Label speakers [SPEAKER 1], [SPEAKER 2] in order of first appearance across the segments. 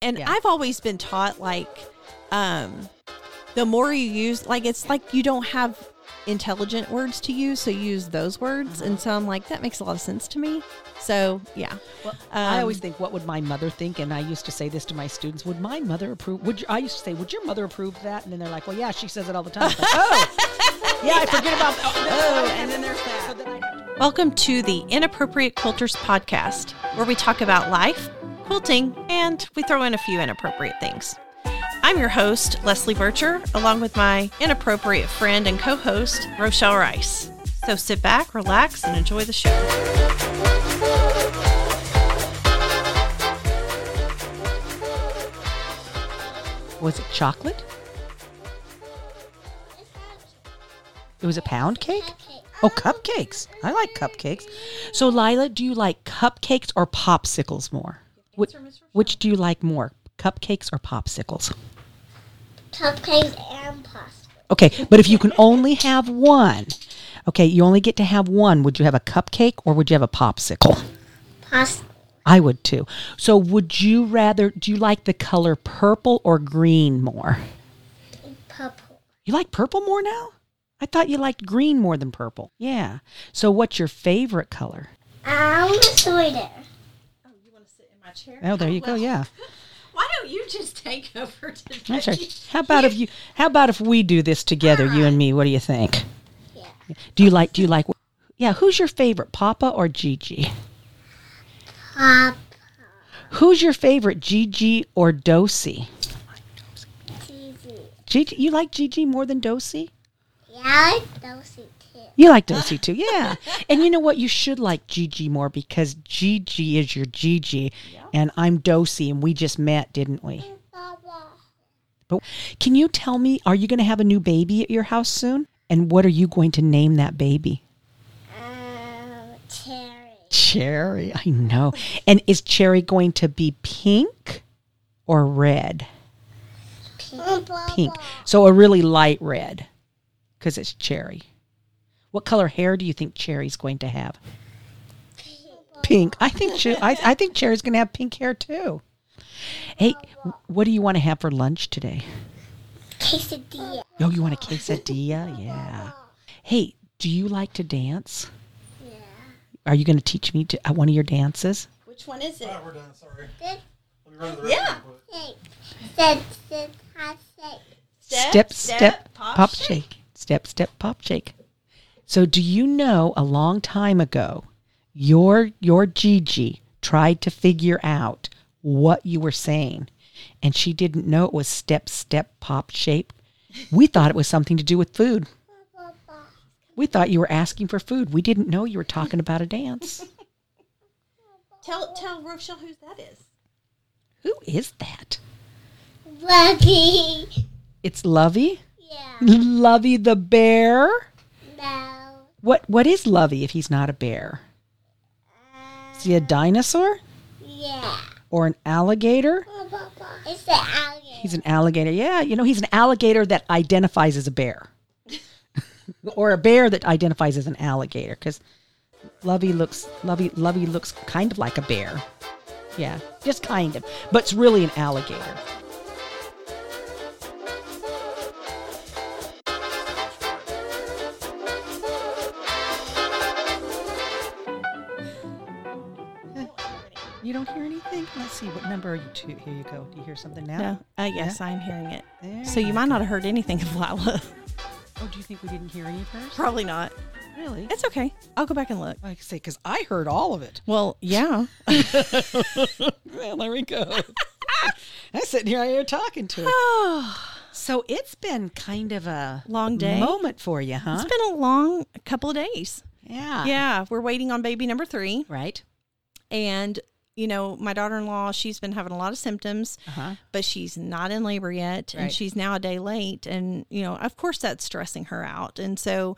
[SPEAKER 1] And
[SPEAKER 2] Yeah.
[SPEAKER 1] I've always been taught like um the more you use like it's like you don't have intelligent words to use, so you use those
[SPEAKER 2] Mm-hmm.
[SPEAKER 1] words. And so I'm like, that makes a lot of sense to me. So yeah.
[SPEAKER 2] Well, I
[SPEAKER 1] Um,
[SPEAKER 2] always think, what would my mother think? And I used to say this to my students: Would my mother approve? Would your, I used to say, would your mother approve of that? And then they're like, Well, yeah, she says it all the time. It's like, oh, yeah, I forget about. Oh, oh, and then there's that. So then I have to-
[SPEAKER 1] Welcome to the Inappropriate Quilters podcast, where we talk about life, quilting, and we throw in a few inappropriate things. I'm your host, Leslie Bircher, along with my inappropriate friend and co host, Rochelle Rice. So sit back, relax, and enjoy the show.
[SPEAKER 2] Was it chocolate? It was a pound cake. Oh, cupcakes! I like cupcakes. So, Lila, do you like cupcakes or popsicles more? Which, which do you like more, cupcakes or popsicles?
[SPEAKER 3] Cupcakes and pasta.
[SPEAKER 2] Okay, but if you can only have one, okay, you only get to have one. Would you have a cupcake or would you have a popsicle?
[SPEAKER 3] Pasta.
[SPEAKER 2] I would too. So, would you rather? Do you like the color purple or green more?
[SPEAKER 3] Purple.
[SPEAKER 2] You like purple more now? I thought you liked green more than purple. Yeah. So, what's your favorite color?
[SPEAKER 3] I'm the sorter.
[SPEAKER 2] Oh, there you go. Yeah.
[SPEAKER 1] Why don't you just take over today?
[SPEAKER 2] That's right. How about if you? How about if we do this together, you and me? What do you think?
[SPEAKER 3] Yeah.
[SPEAKER 2] Do you like? Do you like? Yeah. Who's your favorite, Papa or Gigi?
[SPEAKER 3] Pop.
[SPEAKER 2] Who's your favorite, Gigi or Dosi?
[SPEAKER 3] TV.
[SPEAKER 2] Gigi, you like Gigi more than Dosi?
[SPEAKER 3] Yeah, I like those too.
[SPEAKER 2] You like Dosi too, yeah. and you know what? You should like Gigi more because Gigi is your Gigi, and I'm Dosi, and we just met, didn't we?
[SPEAKER 3] Baba.
[SPEAKER 2] But can you tell me? Are you going to have a new baby at your house soon? And what are you going to name that baby?
[SPEAKER 3] Um, cherry.
[SPEAKER 2] Cherry. I know. And is Cherry going to be pink or red?
[SPEAKER 3] Pink. Baba.
[SPEAKER 2] Pink. So a really light red because it's Cherry. What color hair do you think Cherry's going to have? pink. I think she, I, I think Cherry's going to have pink hair too. Hey, what do you want to have for lunch today?
[SPEAKER 3] Quesadilla.
[SPEAKER 2] Oh, you want a quesadilla? Yeah. Hey, do you like to dance?
[SPEAKER 3] Yeah.
[SPEAKER 2] Are you going to teach me to, uh, one of your dances?
[SPEAKER 1] Which one is it?
[SPEAKER 4] Oh, we're done. Sorry.
[SPEAKER 3] Good
[SPEAKER 4] Let me run to the
[SPEAKER 1] Yeah.
[SPEAKER 4] restroom quick.
[SPEAKER 3] shape. Said, said, I said.
[SPEAKER 2] Step, step, pop, shake. Step, step, pop, shake. So, do you know a long time ago, your your Gigi tried to figure out what you were saying, and she didn't know it was step, step, pop, shape. We thought it was something to do with food.
[SPEAKER 3] Baba.
[SPEAKER 2] We thought you were asking for food. We didn't know you were talking about a dance.
[SPEAKER 1] Tell, tell Rochelle who that is.
[SPEAKER 2] Who is that?
[SPEAKER 3] Lucky.
[SPEAKER 2] It's Lovey.
[SPEAKER 3] Yeah.
[SPEAKER 2] Lovey the bear.
[SPEAKER 3] No.
[SPEAKER 2] What what is Lovey if he's not a bear? Is he a dinosaur
[SPEAKER 3] Yeah.
[SPEAKER 2] or an alligator?
[SPEAKER 3] Baba. It's the alligator.
[SPEAKER 2] He's an alligator. Yeah, you know, he's an alligator that identifies as a bear. or a bear that identifies as an alligator cuz Lovey looks Lovey Lovey looks kind of like a bear. Yeah, just kind of, but it's really an alligator. You don't hear anything? Let's see. What number are you two? Here you go. Do you hear something now?
[SPEAKER 1] No. Uh, yes, I'm hearing it.
[SPEAKER 2] There
[SPEAKER 1] So you might not have heard anything of Lila.
[SPEAKER 2] Oh, do you think we didn't hear any of hers?
[SPEAKER 1] Probably not.
[SPEAKER 2] Really?
[SPEAKER 1] It's okay. I'll go back and look.
[SPEAKER 2] Like I say, because I heard all of it.
[SPEAKER 1] Well, yeah.
[SPEAKER 2] Well, there we go. I'm sitting here, I hear talking to her. So it's been kind of a
[SPEAKER 1] Long day.
[SPEAKER 2] moment for you, huh?
[SPEAKER 1] It's been a long couple of days.
[SPEAKER 2] yeah.
[SPEAKER 1] yeah, we're waiting on baby number three.
[SPEAKER 2] Right.
[SPEAKER 1] And, you know, my daughter in law, she's been having a lot of symptoms,
[SPEAKER 2] Uh-huh.
[SPEAKER 1] but she's not in labor yet.
[SPEAKER 2] Right.
[SPEAKER 1] And she's now a day late. And, you know, of course, that's stressing her out. And so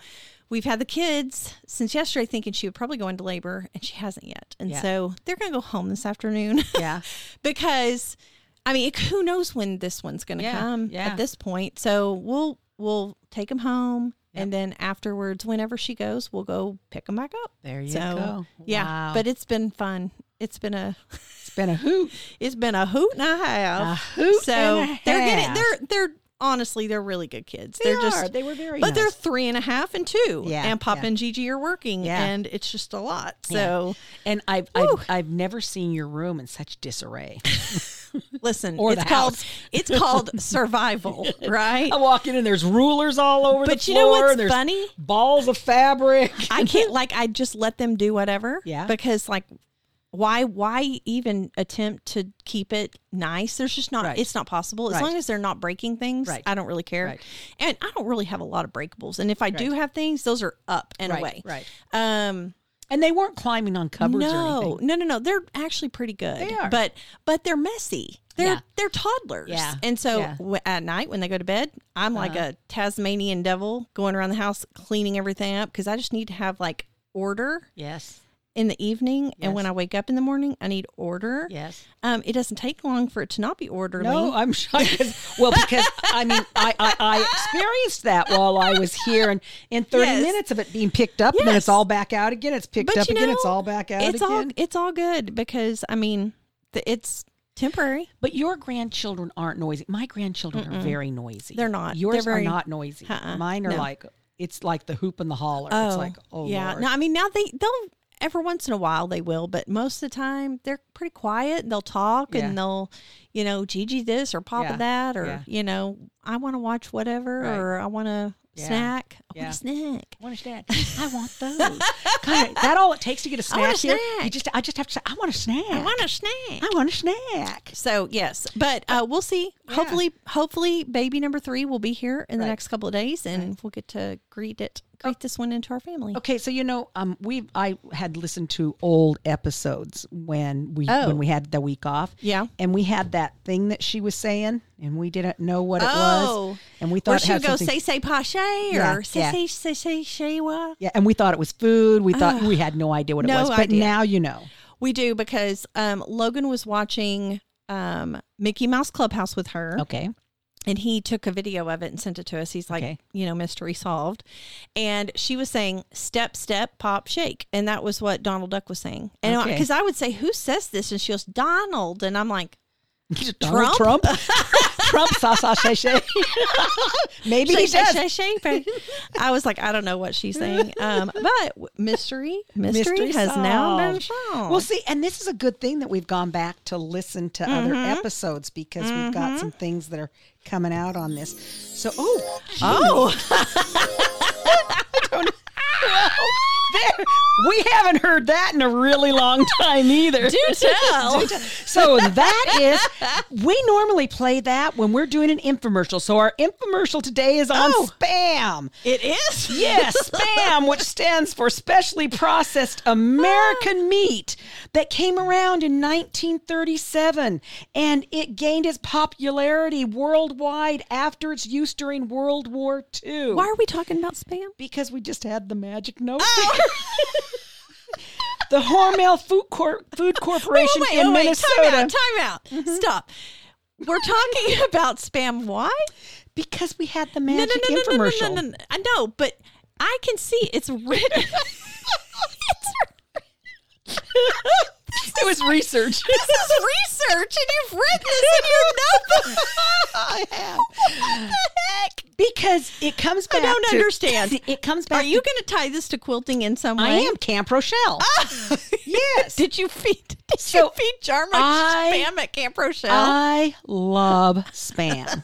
[SPEAKER 1] we've had the kids since yesterday thinking she would probably go into labor, and she hasn't yet. And
[SPEAKER 2] Yeah.
[SPEAKER 1] so they're going to go home this afternoon.
[SPEAKER 2] Yeah.
[SPEAKER 1] because I mean, it- who knows when this one's going to
[SPEAKER 2] Yeah,
[SPEAKER 1] come
[SPEAKER 2] yeah.
[SPEAKER 1] at this point. So we'll we'll take them home, and then afterwards, whenever she goes, we'll go pick them back up.
[SPEAKER 2] There you
[SPEAKER 1] so
[SPEAKER 2] go.
[SPEAKER 1] yeah,
[SPEAKER 2] Wow.
[SPEAKER 1] but it's been fun. It's been a
[SPEAKER 2] It's been a hoot.
[SPEAKER 1] it's been a hoot and a half.
[SPEAKER 2] A hoot
[SPEAKER 1] So
[SPEAKER 2] and a
[SPEAKER 1] they're getting
[SPEAKER 2] half.
[SPEAKER 1] they're they're honestly they're really good kids.
[SPEAKER 2] They
[SPEAKER 1] are just
[SPEAKER 2] They were very.
[SPEAKER 1] but
[SPEAKER 2] nice.
[SPEAKER 1] they're three and a half and two.
[SPEAKER 2] Yeah,
[SPEAKER 1] And Pop
[SPEAKER 2] yeah.
[SPEAKER 1] and Gigi are working
[SPEAKER 2] Yeah.
[SPEAKER 1] and it's just a lot.
[SPEAKER 2] Yeah.
[SPEAKER 1] So
[SPEAKER 2] and I've,
[SPEAKER 1] Whew.
[SPEAKER 2] I've I've never seen your room in such disarray.
[SPEAKER 1] listen,
[SPEAKER 2] Or
[SPEAKER 1] it's
[SPEAKER 2] the
[SPEAKER 1] called
[SPEAKER 2] house.
[SPEAKER 1] it's called survival, right?
[SPEAKER 2] I walk in and there's rulers all over
[SPEAKER 1] But
[SPEAKER 2] the
[SPEAKER 1] you know
[SPEAKER 2] floor,
[SPEAKER 1] what's
[SPEAKER 2] and there's
[SPEAKER 1] funny?
[SPEAKER 2] Balls of fabric.
[SPEAKER 1] I can't like I just let them do whatever.
[SPEAKER 2] Yeah.
[SPEAKER 1] Because like why why even attempt to keep it nice? There's just not
[SPEAKER 2] Right.
[SPEAKER 1] it's not possible. As
[SPEAKER 2] Right.
[SPEAKER 1] long as they're not breaking things,
[SPEAKER 2] Right.
[SPEAKER 1] I don't really care.
[SPEAKER 2] Right.
[SPEAKER 1] And I don't really have a lot of breakables. And if I do
[SPEAKER 2] Right.
[SPEAKER 1] have things, those are up and
[SPEAKER 2] Right,
[SPEAKER 1] away.
[SPEAKER 2] right.
[SPEAKER 1] Um
[SPEAKER 2] And they weren't climbing on cupboards or
[SPEAKER 1] no,
[SPEAKER 2] anything.
[SPEAKER 1] no, no, no. They're actually pretty good.
[SPEAKER 2] They are.
[SPEAKER 1] but but they're messy. They're
[SPEAKER 2] Yeah.
[SPEAKER 1] they're toddlers.
[SPEAKER 2] Yeah.
[SPEAKER 1] and so
[SPEAKER 2] Yeah. Uh-huh.
[SPEAKER 1] w- at night when they go to bed, I'm like a Tasmanian devil going around the house cleaning everything up because I just need to have like order
[SPEAKER 2] Yes.
[SPEAKER 1] in the evening, and when
[SPEAKER 2] Yes.
[SPEAKER 1] I wake up in the morning, I need order.
[SPEAKER 2] Yes.
[SPEAKER 1] Um, it doesn't take long for it to not be orderly.
[SPEAKER 2] No, I'm shy. 'cause- Well, because I mean, I, I, I experienced that while I was here, and in 30
[SPEAKER 1] Yes.
[SPEAKER 2] minutes of it being picked up, and then
[SPEAKER 1] Yes.
[SPEAKER 2] it's all back out again. It's picked
[SPEAKER 1] but
[SPEAKER 2] up
[SPEAKER 1] you know,
[SPEAKER 2] again. It's all back out
[SPEAKER 1] It's
[SPEAKER 2] again.
[SPEAKER 1] all it's all good because I mean, th- it's temporary.
[SPEAKER 2] But your grandchildren aren't noisy. My grandchildren are very noisy.
[SPEAKER 1] They're not.
[SPEAKER 2] Yours
[SPEAKER 1] They're very-
[SPEAKER 2] are not noisy.
[SPEAKER 1] Uh-uh.
[SPEAKER 2] Mine are
[SPEAKER 1] No.
[SPEAKER 2] like it's like the hoop and the holler. it's like oh
[SPEAKER 1] yeah.
[SPEAKER 2] Lord.
[SPEAKER 1] No, I mean now they they'll every once in a while they will, but most of the time they're pretty quiet. They'll talk
[SPEAKER 2] Yeah.
[SPEAKER 1] and they'll, you know, Gigi this or Papa
[SPEAKER 2] Yeah.
[SPEAKER 1] that or
[SPEAKER 2] Yeah.
[SPEAKER 1] you know I want to watch whatever
[SPEAKER 2] Right.
[SPEAKER 1] or I want to
[SPEAKER 2] Yeah.
[SPEAKER 1] snack. I
[SPEAKER 2] Yeah.
[SPEAKER 1] want a snack.
[SPEAKER 2] I want a snack. I want those. God, that all it takes to get a snack
[SPEAKER 1] want a
[SPEAKER 2] here.
[SPEAKER 1] snack.
[SPEAKER 2] You just I just have to say I want a snack.
[SPEAKER 1] I want a snack.
[SPEAKER 2] I want a snack.
[SPEAKER 1] So yes, but uh, we'll see. Hopefully, hopefully, baby number three will be here in the
[SPEAKER 2] Right. Oh.
[SPEAKER 1] next couple of days, and we'll get to greet it, greet this one into our family.
[SPEAKER 2] Okay, so you know, um, we I had listened to old episodes when we
[SPEAKER 1] Oh.
[SPEAKER 2] when we had the week off.
[SPEAKER 1] Yeah.
[SPEAKER 2] and we had that thing that she was saying, and we didn't know what it
[SPEAKER 1] Oh.
[SPEAKER 2] was, and we thought
[SPEAKER 1] Or
[SPEAKER 2] it
[SPEAKER 1] she
[SPEAKER 2] had
[SPEAKER 1] would go
[SPEAKER 2] something-
[SPEAKER 1] say say pache
[SPEAKER 2] Yeah,
[SPEAKER 1] or say
[SPEAKER 2] yeah.
[SPEAKER 1] say say say shewa.
[SPEAKER 2] Yeah, and we thought it was food. We thought we had no idea what
[SPEAKER 1] No
[SPEAKER 2] it was, but
[SPEAKER 1] idea.
[SPEAKER 2] now you know.
[SPEAKER 1] We do because um, Logan was watching um, Mickey Mouse Clubhouse with her,
[SPEAKER 2] Okay,
[SPEAKER 1] and he took a video of it and sent it to us. He's like,
[SPEAKER 2] Okay.
[SPEAKER 1] you know, mystery solved. And she was saying step, step, pop, shake, and that was what Donald Duck was saying. And
[SPEAKER 2] Okay.
[SPEAKER 1] because I would say, who says this? And she goes, Donald, and I'm like.
[SPEAKER 2] Donald Trump, Trump, sa sa shay shay. Maybe
[SPEAKER 1] Shay,
[SPEAKER 2] he
[SPEAKER 1] shay,
[SPEAKER 2] does.
[SPEAKER 1] shay, shay, shay. I was like, I don't know what she's saying, um, but w- mystery, mystery,
[SPEAKER 2] Mystery
[SPEAKER 1] has now been
[SPEAKER 2] solved.
[SPEAKER 1] solved.
[SPEAKER 2] Well, see, and this is a good thing that we've gone back to listen to other
[SPEAKER 1] Mm-hmm.
[SPEAKER 2] episodes because we've got some things that are coming out on this. So, oh,
[SPEAKER 1] oh,
[SPEAKER 2] there, we haven't heard that in a really long time either.
[SPEAKER 1] do tell.
[SPEAKER 2] So that is, we normally play that when we're doing an infomercial. So our infomercial today is on
[SPEAKER 1] Oh.
[SPEAKER 2] spam.
[SPEAKER 1] it is.
[SPEAKER 2] Yes, SPAM, which stands for Specially Processed
[SPEAKER 1] Ah.
[SPEAKER 2] American Meat, that came around in 1937 and it gained its popularity worldwide after its use during World War II.
[SPEAKER 1] Why are we talking about spam?
[SPEAKER 2] Because we just had the magic note. the Hormel Food, Cor- Food Corporation
[SPEAKER 1] wait,
[SPEAKER 2] in
[SPEAKER 1] oh, wait,
[SPEAKER 2] Minnesota.
[SPEAKER 1] time out, time out. Stop. We're talking about spam. Why?
[SPEAKER 2] Because we had the
[SPEAKER 1] No, no,
[SPEAKER 2] magic
[SPEAKER 1] no, no, no, no,
[SPEAKER 2] infomercial.
[SPEAKER 1] no, no. I know, but I can see it's written. It's-
[SPEAKER 2] It was research.
[SPEAKER 1] this is research, and you've written this in your notebook.
[SPEAKER 2] I have.
[SPEAKER 1] What the heck?
[SPEAKER 2] Because it comes back.
[SPEAKER 1] don't
[SPEAKER 2] to-
[SPEAKER 1] understand.
[SPEAKER 2] It comes back.
[SPEAKER 1] Are you going to tie this to quilting in some way?
[SPEAKER 2] I am Camp Rochelle.
[SPEAKER 1] Ah,
[SPEAKER 2] yes.
[SPEAKER 1] Did you feed? Did you
[SPEAKER 2] So,
[SPEAKER 1] feed Jarmusch
[SPEAKER 2] I-
[SPEAKER 1] spam at Camp Rochelle?
[SPEAKER 2] I love spam.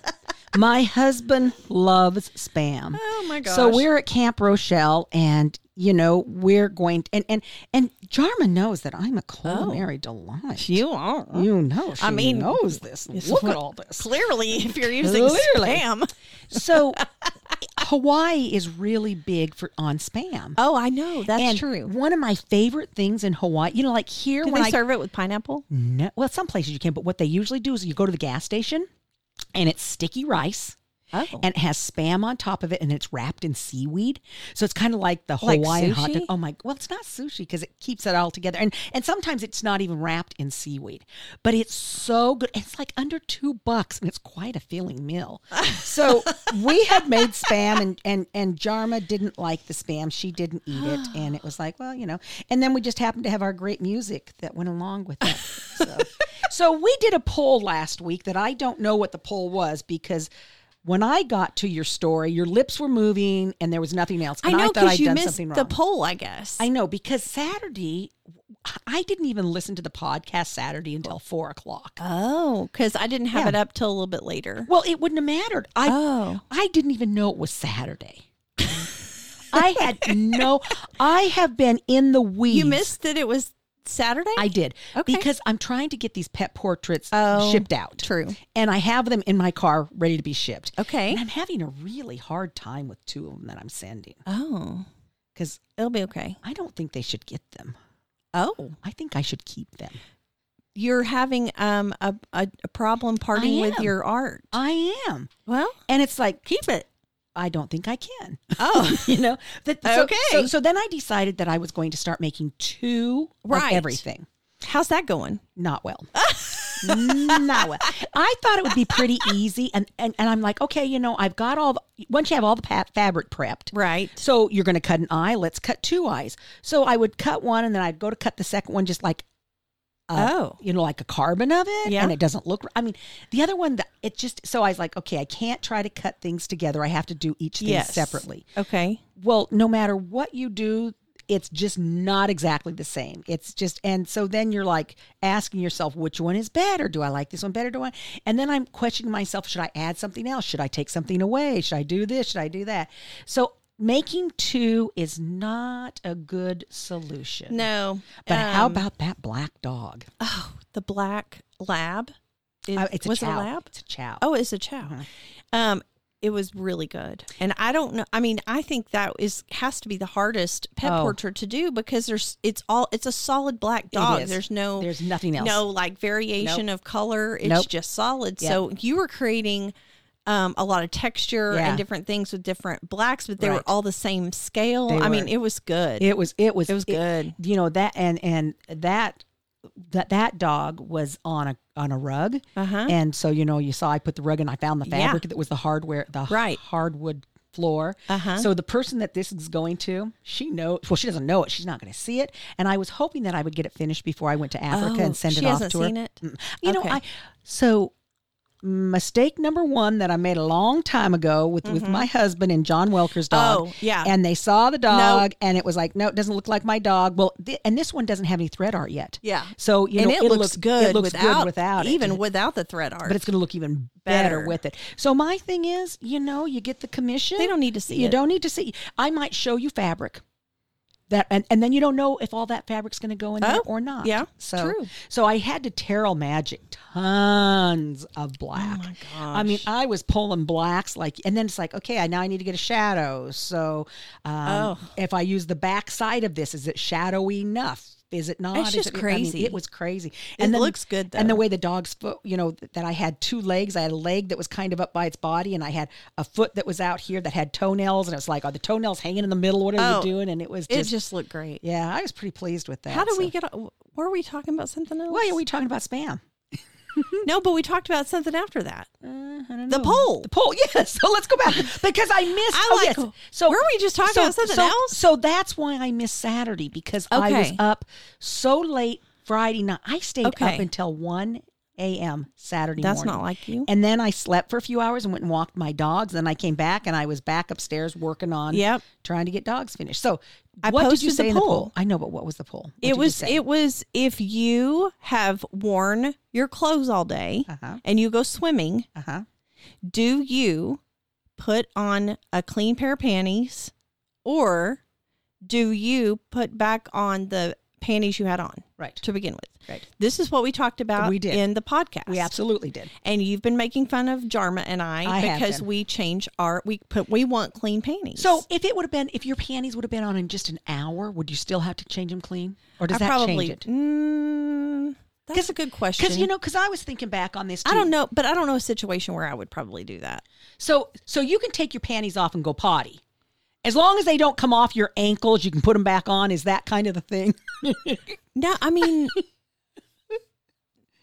[SPEAKER 2] My husband loves spam.
[SPEAKER 1] Oh, my
[SPEAKER 2] So
[SPEAKER 1] gosh.
[SPEAKER 2] we're at Camp Rochelle and you know, we're going and and and Jarma knows that I'm a culinary delight.
[SPEAKER 1] Oh. you are.
[SPEAKER 2] You know, she
[SPEAKER 1] I mean,
[SPEAKER 2] knows this. Look
[SPEAKER 1] what-
[SPEAKER 2] at all this.
[SPEAKER 1] Clearly, if you're using
[SPEAKER 2] Clearly.
[SPEAKER 1] spam.
[SPEAKER 2] So Hawaii is really big for on spam.
[SPEAKER 1] Oh, I know. That's
[SPEAKER 2] and One of my favorite things in Hawaii, you know, like here
[SPEAKER 1] Do
[SPEAKER 2] when
[SPEAKER 1] they
[SPEAKER 2] I
[SPEAKER 1] serve it with pineapple?
[SPEAKER 2] No, well, some places you can, but what they usually do is you go to the gas station and it's sticky rice Oh. And it has spam on top of it and it's wrapped in seaweed. So it's kind of like the
[SPEAKER 1] Like
[SPEAKER 2] Hawaiian hot dog.
[SPEAKER 1] sushi?
[SPEAKER 2] Oh my, well, it's not sushi because it keeps it all together. And, and sometimes it's not even wrapped in seaweed, but it's so good. It's like under two bucks and it's quite a filling meal. so we had made spam and, and, and Jarma didn't like the spam. She didn't eat it. And it was like, well, you know, and then we just happened to have our great music that went along with it. So, so we did a poll last week that I don't know what the poll was because when I got to your story, your lips were moving and there was nothing else.
[SPEAKER 1] I
[SPEAKER 2] And
[SPEAKER 1] know
[SPEAKER 2] thought
[SPEAKER 1] because
[SPEAKER 2] I'd
[SPEAKER 1] you
[SPEAKER 2] done
[SPEAKER 1] missed
[SPEAKER 2] something
[SPEAKER 1] the
[SPEAKER 2] wrong.
[SPEAKER 1] poll, I guess.
[SPEAKER 2] I know because Saturday, I didn't even listen to the podcast Saturday until four o'clock.
[SPEAKER 1] oh, because I didn't have
[SPEAKER 2] Yeah.
[SPEAKER 1] it up till a little bit later.
[SPEAKER 2] Well, it wouldn't have mattered. I
[SPEAKER 1] Oh.
[SPEAKER 2] I didn't even know it was Saturday. I had no. I have been in the weeds.
[SPEAKER 1] You missed that it was Saturday.
[SPEAKER 2] I did
[SPEAKER 1] Okay.
[SPEAKER 2] because I'm trying to get these pet portraits
[SPEAKER 1] Oh,
[SPEAKER 2] shipped out.
[SPEAKER 1] true.
[SPEAKER 2] and I have them in my car ready to be shipped.
[SPEAKER 1] Okay.
[SPEAKER 2] and I'm having a really hard time with two of them that I'm sending
[SPEAKER 1] oh,
[SPEAKER 2] because
[SPEAKER 1] it'll be okay.
[SPEAKER 2] I don't think they should get them.
[SPEAKER 1] Oh,
[SPEAKER 2] I think I should keep them.
[SPEAKER 1] you're having um a a, a problem parting with
[SPEAKER 2] am.
[SPEAKER 1] your art.
[SPEAKER 2] I am.
[SPEAKER 1] Well,
[SPEAKER 2] And it's like,
[SPEAKER 1] keep it.
[SPEAKER 2] I don't think I can.
[SPEAKER 1] Oh,
[SPEAKER 2] you know? That, so,
[SPEAKER 1] Okay.
[SPEAKER 2] So, so then I decided that I was going to start making two
[SPEAKER 1] Right.
[SPEAKER 2] of everything.
[SPEAKER 1] how's that going?
[SPEAKER 2] Not well. Not well. I thought it would be pretty easy. And, and, and I'm like, okay, you know, I've got all, the, once you have all the pa- fabric prepped,
[SPEAKER 1] Right.
[SPEAKER 2] so you're going to cut an eye. Let's cut two eyes. So I would cut one and then I'd go to cut the second one just like, uh,
[SPEAKER 1] Oh.
[SPEAKER 2] you know, like a carbon of it.
[SPEAKER 1] Yeah.
[SPEAKER 2] And it doesn't look, I mean, the other one, that- it just, so I was like, okay, I can't try to cut things together. I have to do each thing
[SPEAKER 1] Yes.
[SPEAKER 2] separately.
[SPEAKER 1] Okay.
[SPEAKER 2] Well, no matter what you do, it's just not exactly the same. It's just, and so then you're like asking yourself, which one is better? Do I like this one better? Do I? And then I'm questioning myself, should I add something else? Should I take something away? Should I do this? Should I do that? So making two is not a good solution.
[SPEAKER 1] No,
[SPEAKER 2] But how
[SPEAKER 1] um,
[SPEAKER 2] about that black dog?
[SPEAKER 1] the black lab? It,
[SPEAKER 2] Uh, it's a
[SPEAKER 1] was it
[SPEAKER 2] chow.
[SPEAKER 1] a lab.
[SPEAKER 2] It's a chow.
[SPEAKER 1] Oh, it's a chow.
[SPEAKER 2] Uh-huh.
[SPEAKER 1] Um, it was really good, and I don't know. I mean, I think that is has to be the hardest pet
[SPEAKER 2] Oh.
[SPEAKER 1] portrait to do because there's it's all it's a solid black dog.
[SPEAKER 2] is.
[SPEAKER 1] There's no
[SPEAKER 2] There's nothing else.
[SPEAKER 1] No like variation of color. It's
[SPEAKER 2] Nope.
[SPEAKER 1] just solid.
[SPEAKER 2] Yep.
[SPEAKER 1] So you were creating. Um, a lot of texture
[SPEAKER 2] Yeah.
[SPEAKER 1] and different things with different blacks, but they
[SPEAKER 2] Right.
[SPEAKER 1] were all the same scale.
[SPEAKER 2] They
[SPEAKER 1] I mean,
[SPEAKER 2] were.
[SPEAKER 1] it was good.
[SPEAKER 2] It was it was it
[SPEAKER 1] was good.
[SPEAKER 2] you know that and and that that that dog was on a on a rug.
[SPEAKER 1] Uh-huh.
[SPEAKER 2] And so you know you saw I put the rug and I found the
[SPEAKER 1] Yeah.
[SPEAKER 2] fabric that was the hardware the h-
[SPEAKER 1] Right.
[SPEAKER 2] hardwood floor.
[SPEAKER 1] Uh-huh.
[SPEAKER 2] So the person that this is going to, she knows well she doesn't know it. She's not going to see it. And I was hoping that I would get it finished before I went to Africa
[SPEAKER 1] Oh,
[SPEAKER 2] and send
[SPEAKER 1] she
[SPEAKER 2] it off
[SPEAKER 1] hasn't
[SPEAKER 2] to her.
[SPEAKER 1] seen it?
[SPEAKER 2] Mm. You know
[SPEAKER 1] Okay.
[SPEAKER 2] I so mistake number one that I made a long time ago with, with my husband and John Welker's dog.
[SPEAKER 1] Mm-hmm. Oh, yeah.
[SPEAKER 2] And they saw the dog and it was like, no, it doesn't look like my dog. Well, th- and this one doesn't have any thread art yet.
[SPEAKER 1] Yeah.
[SPEAKER 2] So, you
[SPEAKER 1] and
[SPEAKER 2] know,
[SPEAKER 1] it, looks good
[SPEAKER 2] it looks
[SPEAKER 1] without,
[SPEAKER 2] good without it.
[SPEAKER 1] even without the thread art.
[SPEAKER 2] but it's going to look even better,
[SPEAKER 1] Better.
[SPEAKER 2] with it. So my thing is, you know, you get the commission.
[SPEAKER 1] They don't need to see
[SPEAKER 2] You
[SPEAKER 1] it.
[SPEAKER 2] don't need to see. I might show you fabric. That, and, and then you don't know if all that fabric's going to go in there
[SPEAKER 1] Oh,
[SPEAKER 2] or not.
[SPEAKER 1] yeah,
[SPEAKER 2] So,
[SPEAKER 1] true.
[SPEAKER 2] so I had to Terrell Magic tons of black.
[SPEAKER 1] Oh my
[SPEAKER 2] I mean, I was pulling blacks like, and then it's like, okay, I now I need to get a shadow. So, um,
[SPEAKER 1] Oh.
[SPEAKER 2] if I use the back side of this, is it shadowy enough? Is it not?
[SPEAKER 1] It's
[SPEAKER 2] Is
[SPEAKER 1] just
[SPEAKER 2] it- I mean,
[SPEAKER 1] crazy.
[SPEAKER 2] it was crazy.
[SPEAKER 1] It looks good,
[SPEAKER 2] And the
[SPEAKER 1] though.
[SPEAKER 2] way the dog's foot, you know, th- that I had two legs. I had a leg that was kind of up by its body, and I had a foot that was out here that had toenails. And it was like, are the toenails hanging in the middle? What are
[SPEAKER 1] Oh,
[SPEAKER 2] you doing? And it was
[SPEAKER 1] it
[SPEAKER 2] just,
[SPEAKER 1] just looked great.
[SPEAKER 2] yeah, I was pretty pleased with that.
[SPEAKER 1] How do
[SPEAKER 2] so.
[SPEAKER 1] we get? Were we talking about something else?
[SPEAKER 2] Why are we talking about spam?
[SPEAKER 1] no, but we talked about something after that.
[SPEAKER 2] I don't
[SPEAKER 1] The
[SPEAKER 2] know.
[SPEAKER 1] poll.
[SPEAKER 2] The poll, yes. So let's go back because I missed.
[SPEAKER 1] I
[SPEAKER 2] oh,
[SPEAKER 1] like-
[SPEAKER 2] yes. So
[SPEAKER 1] were we just talking about something
[SPEAKER 2] so,
[SPEAKER 1] else?
[SPEAKER 2] So that's why I missed Saturday because I was
[SPEAKER 1] Okay.
[SPEAKER 2] up so late Friday night. I stayed
[SPEAKER 1] Okay.
[SPEAKER 2] up until one a.m. Saturday
[SPEAKER 1] That's
[SPEAKER 2] morning.
[SPEAKER 1] not like you.
[SPEAKER 2] And then I slept for a few hours and went and walked my dogs. Then I came back and I was back upstairs working on
[SPEAKER 1] Yep.
[SPEAKER 2] trying to get dogs finished. So
[SPEAKER 1] I
[SPEAKER 2] what did
[SPEAKER 1] posted
[SPEAKER 2] you
[SPEAKER 1] the
[SPEAKER 2] say in the
[SPEAKER 1] poll.
[SPEAKER 2] poll? I know, but what was the poll? What did
[SPEAKER 1] it
[SPEAKER 2] you
[SPEAKER 1] was.
[SPEAKER 2] say?
[SPEAKER 1] It was if you have worn your clothes all day
[SPEAKER 2] Uh-huh.
[SPEAKER 1] and you go swimming,
[SPEAKER 2] uh-huh.
[SPEAKER 1] do you put on a clean pair of panties, or do you put back on the panties you had on
[SPEAKER 2] Right.
[SPEAKER 1] to begin with?
[SPEAKER 2] Right.
[SPEAKER 1] This is what we talked about
[SPEAKER 2] We did.
[SPEAKER 1] in the podcast.
[SPEAKER 2] We absolutely did.
[SPEAKER 1] and you've been making fun of Jarma and I,
[SPEAKER 2] I have
[SPEAKER 1] because
[SPEAKER 2] been.
[SPEAKER 1] we change our we put we want clean panties.
[SPEAKER 2] So if it would have been, if your panties would have been on in just an hour, would you still have to change them clean, or does
[SPEAKER 1] I
[SPEAKER 2] that
[SPEAKER 1] probably
[SPEAKER 2] change it?
[SPEAKER 1] Mm, That's a good question.
[SPEAKER 2] Because you know, Hmm. because I was thinking back on this. Too.
[SPEAKER 1] I don't know, but I don't know a situation where I would probably do that.
[SPEAKER 2] So, so you can take your panties off and go potty, as long as they don't come off your ankles. You can put them back on. Is that kind of the thing?
[SPEAKER 1] No, I mean,